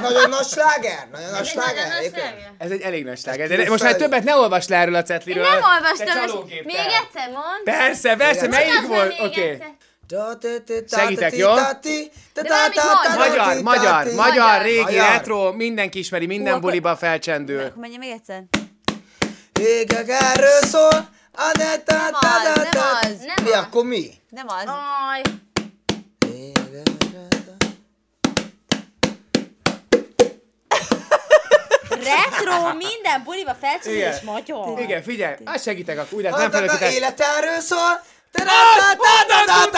Speaker 7: Nagyon nagy sláger, nagyon nagy
Speaker 5: Nagyon
Speaker 7: sláger.
Speaker 5: rossz
Speaker 7: egyébként.
Speaker 5: irányból.
Speaker 3: Ez egy elég nagy sláger, de
Speaker 7: Ez
Speaker 3: most már
Speaker 7: külföldi.
Speaker 3: többet ne olvasd le erről a cetliről.
Speaker 5: Nem olvastam
Speaker 3: Te
Speaker 5: ezt.
Speaker 3: csalógéptel.
Speaker 5: Még egyszer mondd.
Speaker 3: Persze, persze, melyik
Speaker 5: Mondd meg
Speaker 3: volt?
Speaker 5: még
Speaker 3: Oké.
Speaker 5: egyszer.
Speaker 7: Ta, ta, ta, ta,
Speaker 3: Segítek,
Speaker 7: ti,
Speaker 3: jó?
Speaker 7: ta, ti, ta,
Speaker 5: De
Speaker 7: ta,
Speaker 5: valamit
Speaker 7: ta,
Speaker 5: mond.
Speaker 7: ta, ta, ti,
Speaker 3: Magyar,
Speaker 7: ta,
Speaker 3: magyar,
Speaker 7: ti.
Speaker 3: magyar, régi,
Speaker 7: Magyar.
Speaker 3: retro, mindenki ismeri, minden
Speaker 4: akkor-
Speaker 3: buliba felcsendül.
Speaker 4: Akkor menjél még egyszer.
Speaker 7: Végek erről szól, a de ta, ta, ta,
Speaker 5: Nem az,
Speaker 7: ta.
Speaker 5: nem az, nem
Speaker 7: Mi,
Speaker 5: az.
Speaker 7: akkor mi?
Speaker 4: Nem az.
Speaker 5: Aj,
Speaker 7: Végek erről-
Speaker 5: retro, minden buliba felcsinálni
Speaker 3: Igen.
Speaker 5: és magyar.
Speaker 3: Igen, figyelj, azt segítek, akkor úgy lehet, nem
Speaker 7: Hát
Speaker 3: felök
Speaker 7: a
Speaker 3: után.
Speaker 7: életerről szól, te
Speaker 3: Azt
Speaker 7: ta
Speaker 3: mondtad,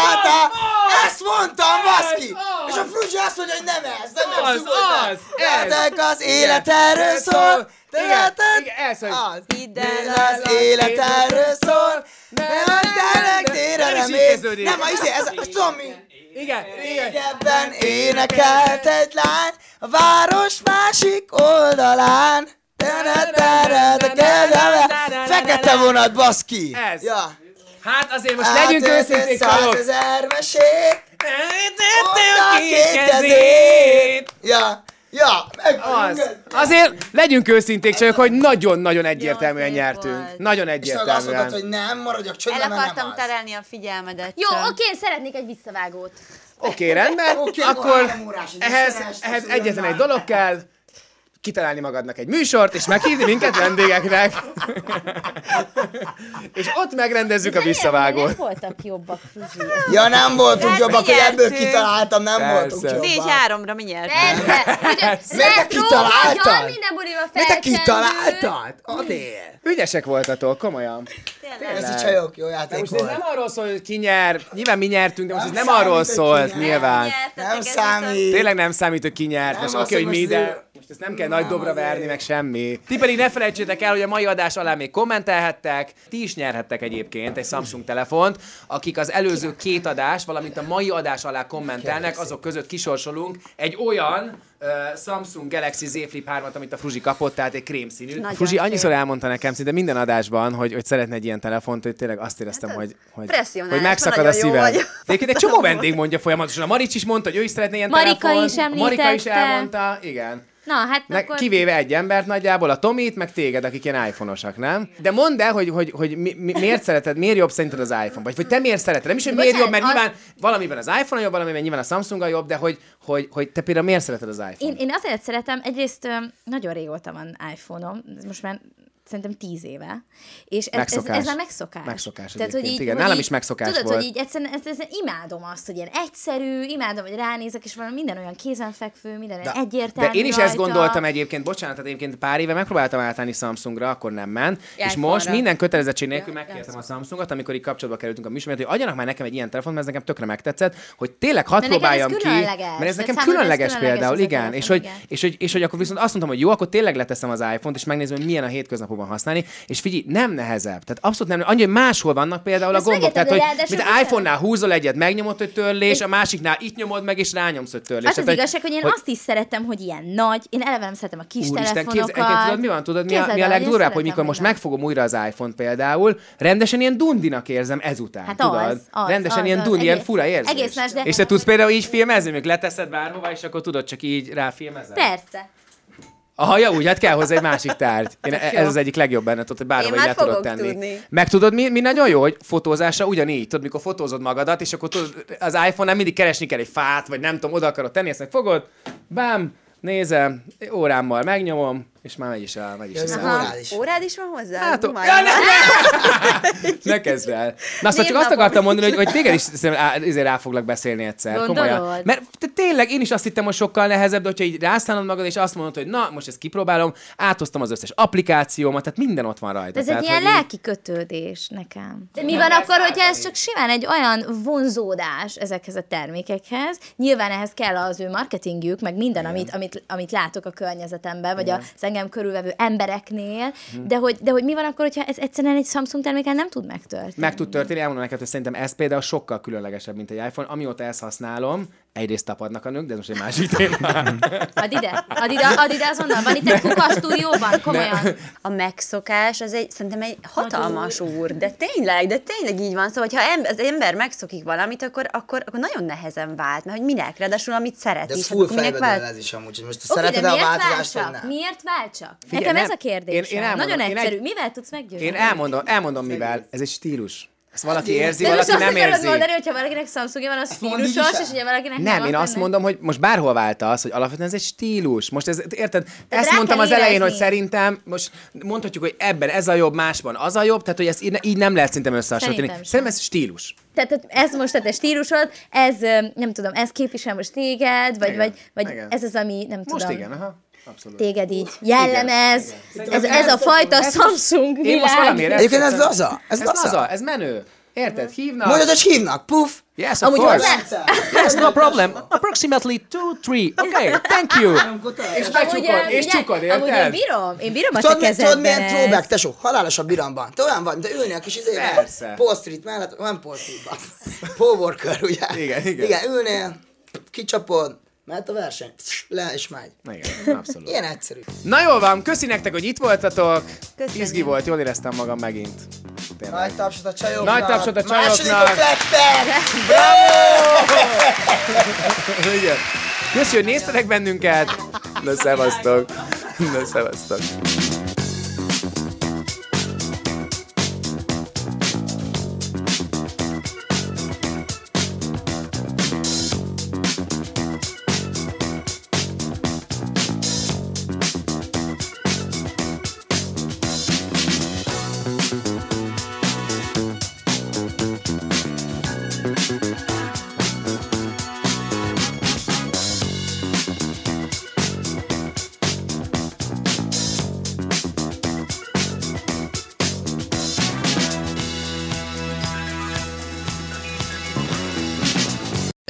Speaker 7: Ezt mondtam,
Speaker 3: az,
Speaker 7: baszki!
Speaker 3: az.
Speaker 7: És a fruzsi azt mondja, hogy nem ez, nem ez,
Speaker 3: Az,
Speaker 7: nyugodtan.
Speaker 3: az, ez.
Speaker 7: Nektek az életerről szól,
Speaker 3: Igen,
Speaker 7: te
Speaker 3: igen, ez, hogy-
Speaker 4: Hidd el,
Speaker 7: Hidd el, az életerről szól, nem a
Speaker 3: nem,
Speaker 7: telek
Speaker 3: nem,
Speaker 7: tére
Speaker 3: nem is így
Speaker 7: remél.
Speaker 3: kezdődik.
Speaker 7: Nem, a izé, ez a, ez tudom mi.
Speaker 3: Igen, igen.
Speaker 7: Régebben énekelt egy lány a város másik oldalán. Te-ne-te-re-te-ke-de-ve. Fekete vonat, baszki!
Speaker 3: Ez.
Speaker 7: Ja.
Speaker 3: Hát azért most legyünk őszinték, Kalok.
Speaker 7: Százezer mesék, ott a
Speaker 3: Tettél
Speaker 7: két
Speaker 3: kezét.
Speaker 7: kezét. Ja, ja, meg
Speaker 3: Az. Azért legyünk őszinték, csak hogy nagyon-nagyon egyértelműen nyertünk. Nagyon
Speaker 7: És te azt mondtad, hogy
Speaker 3: egyértelműen.
Speaker 7: nem, maradjak
Speaker 4: El
Speaker 7: csöndben, mert nem
Speaker 4: akartam
Speaker 7: az.
Speaker 4: terelni a figyelmedet.
Speaker 8: Jó,
Speaker 4: csak.
Speaker 8: oké, én szeretnék egy visszavágót.
Speaker 3: Oké, rendben.
Speaker 7: Oké, akkor
Speaker 3: Akkor
Speaker 7: három órás, egy
Speaker 3: ehhez,
Speaker 7: istenes,
Speaker 3: ehhez
Speaker 7: az
Speaker 3: egyetlen egy
Speaker 7: ilyen
Speaker 3: dolog kell, kitalálni magadnak egy műsort, és meghívni minket vendégeknek. és ott megrendezzük a
Speaker 8: Nem
Speaker 3: visszavágót.
Speaker 8: voltak jobbak, Fizi.
Speaker 7: Ja, nem voltunk
Speaker 4: Hát
Speaker 7: jobbak, hogy ebből
Speaker 4: figyeltünk.
Speaker 7: kitaláltam, nem
Speaker 3: Persze.
Speaker 7: voltunk jobbak.
Speaker 4: Négy-háromra mi nyertünk?
Speaker 8: Persze. Ugye,
Speaker 7: Mert te
Speaker 8: retro,
Speaker 7: kitaláltad!
Speaker 8: nagyon minden buliba
Speaker 7: Mert te
Speaker 8: felkendő.
Speaker 7: kitaláltad! Adél!
Speaker 3: Ügyesek voltatok, komolyan.
Speaker 7: Ez a csajok, jó játék
Speaker 3: Most ez
Speaker 7: volt.
Speaker 3: nem arról szól, hogy ki nyer. Nyilván mi nyertünk, de most
Speaker 7: Nem
Speaker 3: ez nem arról
Speaker 7: számít, hogy
Speaker 3: szólt,
Speaker 7: ki nyer.
Speaker 3: nyilván.
Speaker 7: Nem számít.
Speaker 3: Tényleg nem számít, hogy ki nyert. Most
Speaker 7: Nem,
Speaker 3: oké,
Speaker 7: azt
Speaker 3: hogy mi
Speaker 7: most
Speaker 3: ide.
Speaker 7: azért-
Speaker 3: Most ezt nem kell nagy dobra
Speaker 7: azért.
Speaker 3: verni, meg semmi. Ti pedig ne felejtsétek el, hogy a mai adás alá még kommentelhettek. Ti is nyerhettek egyébként egy Samsung telefont. Akik az előző két adás, valamint a mai adás alá kommentelnek, azok között kisorsolunk egy olyan uh, Samsung Galaxy Z Flip 3-at, amit a Fruzsi kapott, tehát egy krémszínű.
Speaker 4: Nagyon
Speaker 3: Fruzsi
Speaker 4: szép.
Speaker 3: annyiszor elmondta nekem szinte minden adásban, hogy, hogy szeretne egy ilyen telefont, hogy tényleg azt éreztem,
Speaker 4: Hát az
Speaker 3: hogy, hogy,
Speaker 4: presszionális,
Speaker 3: hogy megszakad a
Speaker 4: nagyon jó
Speaker 3: szívem.
Speaker 4: vagy.
Speaker 3: Egyébként egy csomó vendég mondja folyamatosan. A Marics is mondta, hogy ő is szeretne ilyen
Speaker 5: Marika
Speaker 3: telefont.
Speaker 5: is
Speaker 3: A Marika is
Speaker 5: említette.
Speaker 3: elmondta, igen.
Speaker 5: Na, hát
Speaker 3: Ne,
Speaker 5: akkor...
Speaker 3: Kivéve egy embert nagyjából, a Tomit, meg téged, akik ilyen iPhone-osak, nem? De mondd el, hogy, hogy, hogy mi, mi, miért szereted, miért jobb szerinted az iPhone? Vagy, vagy te miért szereted? Nem is, hogy miért jobb, mert
Speaker 5: Bocsánat,
Speaker 3: nyilván valamiben az iPhone jobb, valamiben nyilván a Samsung a jobb, de hogy, hogy, hogy te például miért szereted az iPhone?
Speaker 5: Én, én azért szeretem, egyrészt öm, nagyon régóta van iPhone-om, ez most már szerintem tíz éve. És ez, ez,
Speaker 3: Megszokás.
Speaker 5: ez már megszokás.
Speaker 3: Megszokás egyébként, igen. Nálam is megszokás
Speaker 5: tudod,
Speaker 3: volt.
Speaker 5: hogy így egyszerűen ez, ez, imádom azt, hogy ilyen egyszerű, imádom, hogy ránézek, és valami minden olyan kézenfekvő, minden olyan egyértelmű
Speaker 3: De én is
Speaker 5: rajta.
Speaker 3: ezt gondoltam egyébként, bocsánat, tehát egyébként pár éve megpróbáltam átállni Samsungra, akkor nem ment, és
Speaker 8: iPhone-ra.
Speaker 3: most minden kötelezettség nélkül megkértem a Samsungot, amikor így kapcsolatba kerültünk a műsorban, hogy adjanak már nekem egy ilyen telefont, mert ez nekem tökre megtetszett, hogy tényleg hadd
Speaker 5: Mert neked ez
Speaker 3: próbáljam ki.
Speaker 5: különleges.
Speaker 3: Mert ez
Speaker 5: Tehát
Speaker 3: nekem
Speaker 5: számodra ez
Speaker 3: különleges
Speaker 5: különleges
Speaker 3: például,
Speaker 5: ez a
Speaker 3: igen.
Speaker 5: telefon,
Speaker 3: És hogy,
Speaker 5: igen.
Speaker 3: és, hogy, és hogy akkor viszont azt mondtam, hogy jó, akkor tényleg leteszem az iPhone-t, és megnézem, hogy milyen a hétköznapokban használni, és figyelj, nem nehezebb. Tehát abszolút nem, annyi, hogy máshol vannak például
Speaker 5: Ezt
Speaker 3: a gombok.
Speaker 5: megérted,
Speaker 3: Tehát, hogy
Speaker 5: de ráadásul
Speaker 3: mint
Speaker 5: viszont-
Speaker 3: iPhone-nál húzol egyet, megnyomod, hogy törlés, a másiknál itt nyomod meg, és rányomsz, hogy törlés.
Speaker 5: Az az
Speaker 3: Tehát, hogy-
Speaker 5: igazság, hogy én azt is szerettem, hogy ilyen nagy, én eleve nem szeretem a kis
Speaker 3: Úristen, képz,
Speaker 5: telefonokat.
Speaker 3: egyébként tudod, mi van? Tudod, mi a,
Speaker 5: Képzeld
Speaker 3: mi a
Speaker 5: el, hogy én
Speaker 3: legdurvább, hogy
Speaker 5: szeretem,
Speaker 3: mikor most
Speaker 5: nem.
Speaker 3: megfogom újra az iPhone-t például, rendesen ilyen dundinak érzem ezután,
Speaker 5: Hát
Speaker 3: tudod?
Speaker 5: az, az,
Speaker 3: rendesen
Speaker 5: az,
Speaker 3: ilyen
Speaker 5: az.
Speaker 3: dundi, ilyen
Speaker 5: Egész-
Speaker 3: fura érzés.
Speaker 5: egész más, de-
Speaker 3: És te tudsz például így filmezni, mondjuk leteszed bárhova, és akkor tudod, csak így ráfilmezel?
Speaker 5: Persze.
Speaker 3: Aha, ja, úgy, hát kell hozzá egy másik tárgy. Én, e- ez az egyik legjobb benne, tudod, hogy bárhova
Speaker 4: Én
Speaker 3: így
Speaker 4: már
Speaker 3: le tudod
Speaker 4: fogok
Speaker 3: tenni.
Speaker 4: tudni.
Speaker 3: Meg tudod, mi, mi nagyon jó, hogy fotózásra ugyanígy, tudod, mikor fotózod magadat, és akkor tudod, az iPhone-nál mindig keresni kell egy fát, vagy nem tudom, oda akarod tenni, ezt meg fogod, bám, nézem, órámmal megnyomom, és már megy is el, megy is
Speaker 7: Ez
Speaker 3: el.
Speaker 7: morális.
Speaker 4: Órád is van hozzá?
Speaker 3: Hát,
Speaker 4: Hú,
Speaker 3: o-
Speaker 4: már-
Speaker 3: ja, ne, ne! ne kezd el. Na, szóval csak azt
Speaker 4: Névnapom.
Speaker 3: akartam mondani, hogy, hogy téged is szerintem á, ezért rá foglak beszélni egyszer.
Speaker 5: Gondolod?
Speaker 3: Komolyan. Mert te, tényleg én is azt hittem, hogy sokkal nehezebb, de hogyha így rászánod magad, és azt mondod, hogy na, most ezt kipróbálom, áthoztam az összes applikációmat, tehát minden ott van rajta.
Speaker 5: Ez
Speaker 3: tehát,
Speaker 5: egy ilyen
Speaker 3: hogy így-
Speaker 5: lelki kötődés nekem. De mi van akkor, hogyha ez csak simán egy olyan vonzódás ezekhez a termékekhez? Nyilván ehhez kell az ő marketingjük, meg minden, amit, amit, amit látok a környezetemben, vagy az engem körülvevő embereknél,
Speaker 3: Mhm.
Speaker 5: de hogy, de hogy mi van akkor, hogyha ez egyszerűen egy Samsung terméken nem tud megtörténni?
Speaker 3: meg tud történni, elmondom neked, hogy szerintem ez például sokkal különlegesebb, mint egy iPhone. Amióta ezt használom, egyrészt tapadnak a nők, de ez most egy másik téma.
Speaker 5: Add ide, add ide, add ide azonnal, van itt egy kukastúdióban, komolyan.
Speaker 4: A megszokás az egy, szerintem egy hatalmas úr, de tényleg, de tényleg így van. Szóval, hogyha em, az ember megszokik valamit, akkor, akkor, akkor nagyon nehezen vált, mert hogy minek, ráadásul amit szeret
Speaker 7: De ez
Speaker 4: is.
Speaker 7: full
Speaker 4: hát akkor minek
Speaker 7: fejbedel ez is amúgy, hogy most te
Speaker 5: Oké,
Speaker 7: szereted
Speaker 5: de
Speaker 7: a
Speaker 5: miért
Speaker 7: változást, vagy
Speaker 5: váltsak?
Speaker 7: nem?
Speaker 5: Miért váltsak?
Speaker 3: Figyelj,
Speaker 5: Nekem
Speaker 3: nem.
Speaker 5: ez a kérdés.
Speaker 3: Én- én elmondom,
Speaker 5: Nagyon
Speaker 3: én egy-
Speaker 5: egyszerű. Mivel tudsz meggyőzni?
Speaker 3: Én elmondom, elmondom mivel. Ez egy stílus. Ezt valaki érzi,
Speaker 5: De most
Speaker 3: valaki
Speaker 5: azt
Speaker 3: nem
Speaker 5: akarod
Speaker 3: érzi.
Speaker 5: mondani, hogyha valakinek Samsungja van, az
Speaker 7: mondd is
Speaker 5: stílusos,
Speaker 7: el.
Speaker 5: és ugye valakinek nem,
Speaker 3: Nem, én
Speaker 5: akkor
Speaker 3: azt
Speaker 5: nem.
Speaker 3: mondom, hogy most bárhol váltasz, hogy alapvetően ez egy stílus. Most ez, érted? ezt
Speaker 5: rá
Speaker 3: mondtam
Speaker 5: kell
Speaker 3: az elején,
Speaker 5: érezni.
Speaker 3: hogy szerintem, most mondhatjuk, hogy ebben ez a jobb, másban az a jobb, tehát hogy ezt így, így nem lehet szerintem összehasonlítani.
Speaker 5: Szerintem sem.
Speaker 3: Szerintem ez stílus.
Speaker 5: Tehát tehát ez most a te stílusod, ez ö, nem tudom, ez képvisel most téged, vagy,
Speaker 3: Igen,
Speaker 5: vagy, vagy
Speaker 3: igen.
Speaker 5: ez az, ami nem
Speaker 3: Most
Speaker 5: tudom,
Speaker 3: igen, aha. Abszolút.
Speaker 5: téged így jellemez, Ez, ez a fajta Samsung
Speaker 3: Én most
Speaker 5: világ.
Speaker 3: valamiért ezt
Speaker 7: Egyébként ez
Speaker 3: tetszem.
Speaker 7: laza, ez
Speaker 3: Ez laza,
Speaker 7: laza.
Speaker 3: ez menő. Érted? Hívnak.
Speaker 7: Mondod, hogy hívnak, puf!
Speaker 3: Yes, of course. Yes, no problem. Approximately two, three. Okay, thank you. És becsukod, és csukod,
Speaker 5: Amúgy én
Speaker 3: érted?
Speaker 5: bírom, én bírom a te
Speaker 7: Tudod, mi- tudod milyen
Speaker 5: kezedben
Speaker 7: throwback,
Speaker 5: ezt.
Speaker 7: tesó? Halálos a biramban. Te olyan vagy, de ülni a kis izével.
Speaker 3: Persze.
Speaker 7: Paul Street mellett, nem Paul Street, Powerkör, ugye?
Speaker 3: Igen, igen.
Speaker 7: Igen, ülnél, kicsapod, mehet a verseny, le és megy.
Speaker 3: Igen, abszolút.
Speaker 7: Ilyen egyszerű.
Speaker 3: Na jól van, köszi nektek, hogy itt voltatok.
Speaker 9: Köszönjük.
Speaker 3: Izgi volt, jól éreztem magam megint. Tényleg.
Speaker 7: Nagy tapsot a csajoknak.
Speaker 3: Nagy tapsot a
Speaker 7: Másodikok
Speaker 3: csajoknak.
Speaker 7: lettek!
Speaker 3: Igen. Köszi, hogy néztetek bennünket. Na, szevasztok. Na, szevasztok.